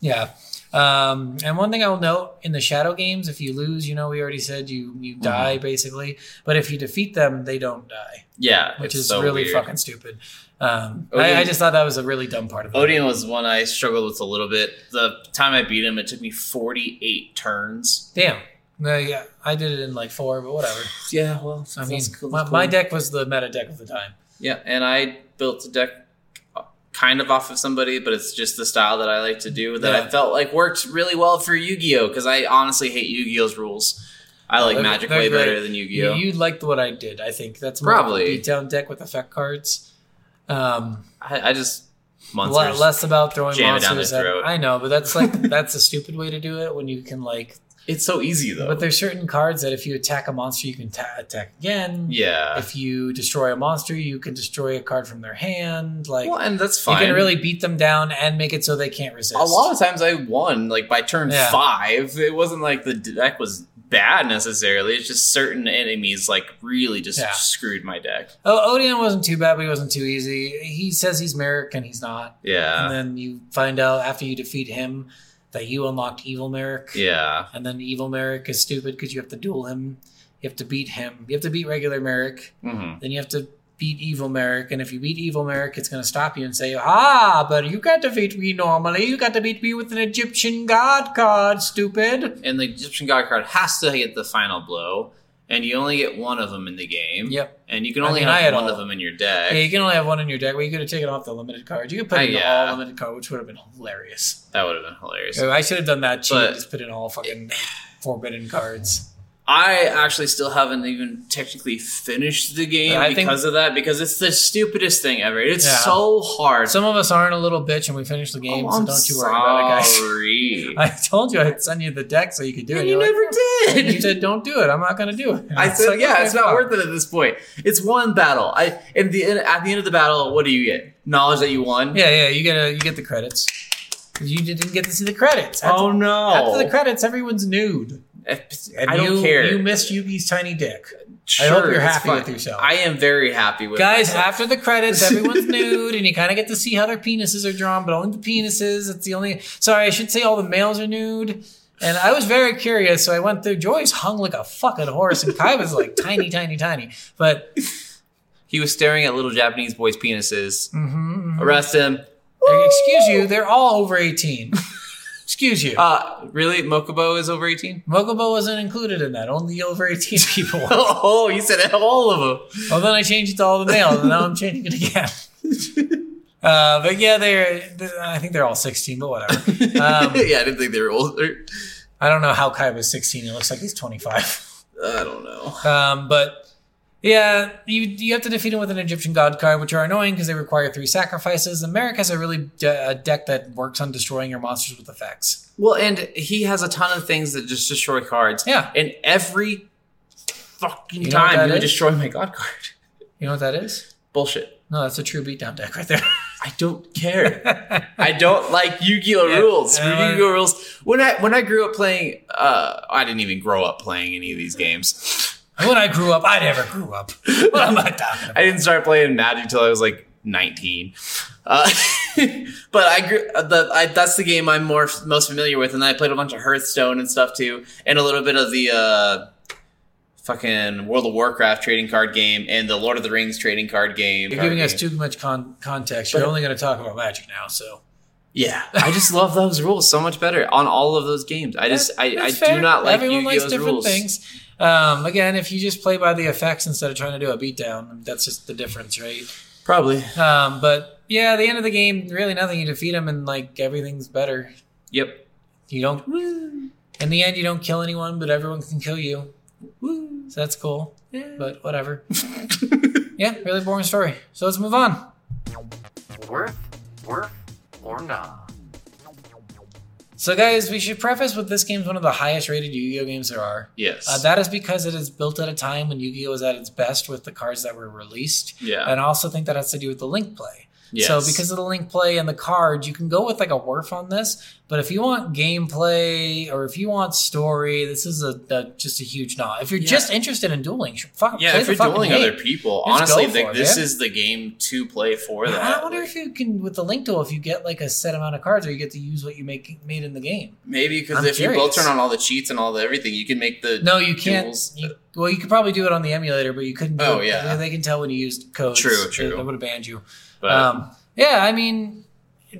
Yeah. Um, and one thing I'll note in the shadow games, if you lose, you know, we already said you you Mm-hmm. die basically. But if you defeat them, they don't die, Yeah, which it's is so really weird. fucking stupid. Um, I, I Odin- just thought that was a really dumb part of it. Odin was one I struggled with a little bit. The time I beat him, it took me 48 turns. Damn. No, yeah, I did it in like four, but whatever. Yeah, well, I mean, my, my deck was the meta deck of the time. Yeah, and I built a deck kind of off of somebody, but it's just the style that I like to do that Yeah. I felt like worked really well for Yu Gi Oh! because I honestly hate Yu Gi Oh!'s rules. I like They're- Magic they're way great. better than Yu Gi Oh! You, you liked what I did, I think. That's more Probably. of a beatdown deck with effect cards. Um, I, I just. le- Monsters. less about throwing Jam it down monsters. their at- throat. I know, but that's like that's a stupid way to do it when you can like It's so easy though. But there's certain cards that if you attack a monster, you can ta- attack again. yeah. If you destroy a monster, you can destroy a card from their hand. Like well, and that's you fine. can really beat them down and make it so they can't resist. a lot of times I won like by turn Yeah. five. It wasn't like the deck was bad necessarily. It's just certain enemies like really just Yeah. screwed my deck. oh, Odin wasn't too bad, but he wasn't too easy. He says he's Merrick and he's not. Yeah, and then you find out after you defeat him that you unlocked Evil Merrick. yeah, And then Evil Merrick is stupid because you have to duel him. You have to beat him. You have to beat regular Merrick. Mm-hmm. Mhm. Then you have to beat evil Merrick. And if you beat evil Merrick, it's going to stop you and say, Ah, but you can't defeat me normally. You got to beat me with an Egyptian god card, stupid. and the Egyptian god card has to get the final blow, and you only get one of them in the game. Yep. And you can I only mean, I have had one all- of them in your deck. Yeah, you can only have one in your deck. Well, you could have taken off the limited card. You could put Ah, in yeah. the all limited card, which would have been hilarious. That would have been hilarious. I should have done that cheap. But- just put in all fucking forbidden cards. I actually still haven't even technically finished the game I think- because of that, because it's the stupidest thing ever. It's Yeah. so hard. Some of us aren't a little bitch and we finish the game, Oh, so I'm don't you worry about it, guys. sorry. I told you I'd send you the deck so you could do it. and you You're like, never did. you said don't do it. I'm not gonna do it. I said, yeah, it's not worth it. worth it at this point. It's one battle. I and the at the end of the battle, what do you get? Knowledge that you won. Yeah, yeah, you get a, you get the credits. You didn't get to see the credits. After, Oh no! after the credits, everyone's nude. I And don't you, care. You missed Yugi's tiny dick. Sure, hope you're it's happy with yourself. I am very happy with Guys, myself. after the credits, everyone's nude, and you kind of get to see how their penises are drawn, but only the penises. It's the only. Sorry, I should say all the males are nude. And I was very curious, so I went through. Joyce hung like a fucking horse, and Kai was like tiny, tiny, tiny. But He was staring at little Japanese boys' penises. Mm-hmm, Arrest him. excuse you, they're all over eighteen. Excuse you. Uh, really? Mokubo is over 18? Mokubo wasn't included in that. Only the over eighteen people. were. Oh, you said all of them. Well, then I changed it to all the males, and now I'm changing it again. Uh, but yeah, they're, they're- I think they're all 16, but whatever. Um, yeah, I didn't think they were older. I don't know how Kai was 16. He looks like he's 25. I don't know. Um, but yeah, you you have to defeat him with an Egyptian god card, which are annoying because they require three sacrifices. And Merrick has a really de- a deck that works on destroying your monsters with effects. Well, and he has a ton of things that just destroy cards. Yeah. And every fucking You know what time that he would is? destroy my god card. You know what that is? Bullshit. No, that's a true beatdown deck right there. I don't care. I don't like Yu-Gi-Oh Yeah. rules. Screw Uh, Yu-Gi-Oh rules. When I when I grew up playing, uh, I didn't even grow up playing any of these games. when I grew up, I never grew up. What am I talking about? I didn't start playing Magic until I was like 19. Uh, but I grew uh, the I, that's the game I'm more most familiar with, and I played a bunch of Hearthstone and stuff too, and a little bit of the uh, fucking World of Warcraft trading card game and the Lord of the Rings trading card game. You're card giving us game. too much con- context. You're only going to talk about magic now, so Yeah, I just love those rules so much better on all of those games. I just I, I That's do fair. not like Everyone likes Yu-Gi-Oh's different rules. things. Um, again, if you just play by the effects instead of trying to do a beatdown, that's just the difference, right? Probably. Um, but yeah, the end of the game, really nothing. You defeat him, and like everything's better. Yep. You don't. In the end, you don't kill anyone, but everyone can kill you. So that's cool. But whatever. yeah, really boring story. So let's move on. Worth, worth, or not. So guys, we should preface with this game's one of the highest rated Yu-Gi-Oh games there are. Yes. Uh, that is because it is built at a time when Yu-Gi-Oh was at its best with the cards that were released. Yeah. And I also think that has to do with the link play. Yes. So because of the link play and the cards, you can go with like a Werf on this, but if you want gameplay or if you want story, this is a, a just a huge knob. If you're Yeah. just interested in dueling, sh- fuck, yeah, play if the you're fucking dueling game. other people, Just honestly, go like for it, this yeah. is the game to play for that. I wonder Like, if you can with the link duel if you get like a set amount of cards or you get to use what you make made in the game. maybe because I'm if you both curious. turn on all the cheats and all the everything, you can make the No, you can't. duels. you- well, you could probably do it on the emulator, but you couldn't. Do Oh, it- yeah. they can tell when you used codes. True, They- true. They would have banned you. But Um, yeah, I mean,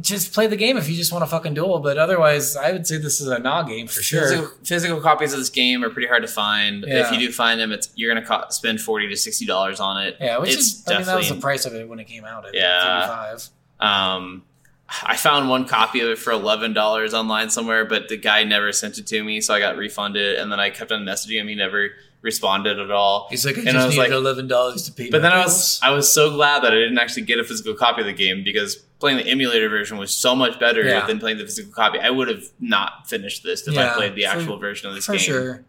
just play the game if you just want to fucking duel. But otherwise, I would say this is a nah game for physical, sure. physical copies of this game are pretty hard to find. Yeah. If you do find them, it's you're gonna co- spend forty to sixty dollars on it. Yeah, which it's is I mean that was the definitely- price of it when it came out. At Yeah. 35. Um, I found one copy of it for eleven dollars online somewhere, but the guy never sent it to me, so I got refunded. And then I kept on messaging him; he never responded at all. He's like, I And I just was needed like- eleven dollars to pay. But my then I bills. was I was so glad that I didn't actually get a physical copy of the game because playing the emulator version was so much better Yeah. than playing the physical copy. I would have not finished this if I Yeah, played the for- actual version of this for game. sure.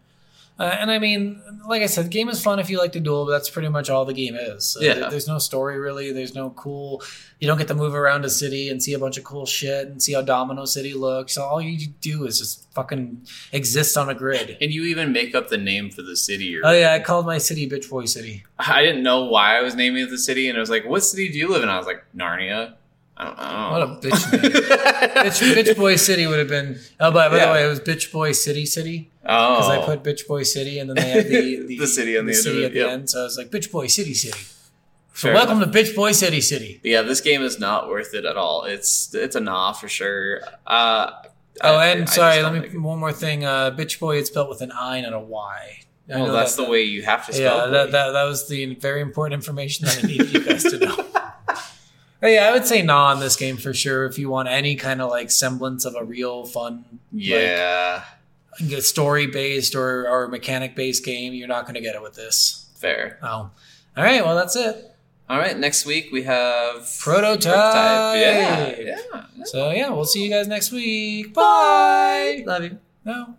Uh, and I mean, like I said, the game is fun if you like to duel, but that's pretty much all the game is. So Yeah. there- there's no story really. There's no cool. You don't get to move around a city and see a bunch of cool shit and see how Domino City looks. All you do is just fucking exist on a grid. And you even make up the name for the city. Or, Oh yeah, I called my city Bitch Boy City. I didn't know why I was naming the city, and it was like, "What city do you live in?" I was like, "Narnia." I don't, I What a don't know. bitch name. bitch, bitch Boy City would have been. Oh, by, by Yeah. the way, it was Bitch Boy City City. Oh, because I put Bitch Boy City and then they had the, The city on the end of city it, at the yep. end. So I was like Bitch Boy City City. So Fair welcome to Bitch Boy City City. yeah. This game is not worth it at all. It's it's a nah for sure. Uh, Oh, I- I and just sorry, don't let me like it. one more thing. Uh, bitch boy, it's spelled with an I, not a Y. I Well, know that's that- the way you have to spell. Yeah, it. that, that, that was the very important information that I needed you guys to know. But yeah, I would say nah on this game for sure. If you want any kind of like semblance of a real fun, yeah, like, story based or, or mechanic based game, you're not going to get it with this. fair. Oh, all right. Well, that's it. All right, next week we have Prototype. Prototype. Yeah, yeah. So yeah, we'll see you guys next week. Bye. Love you. No.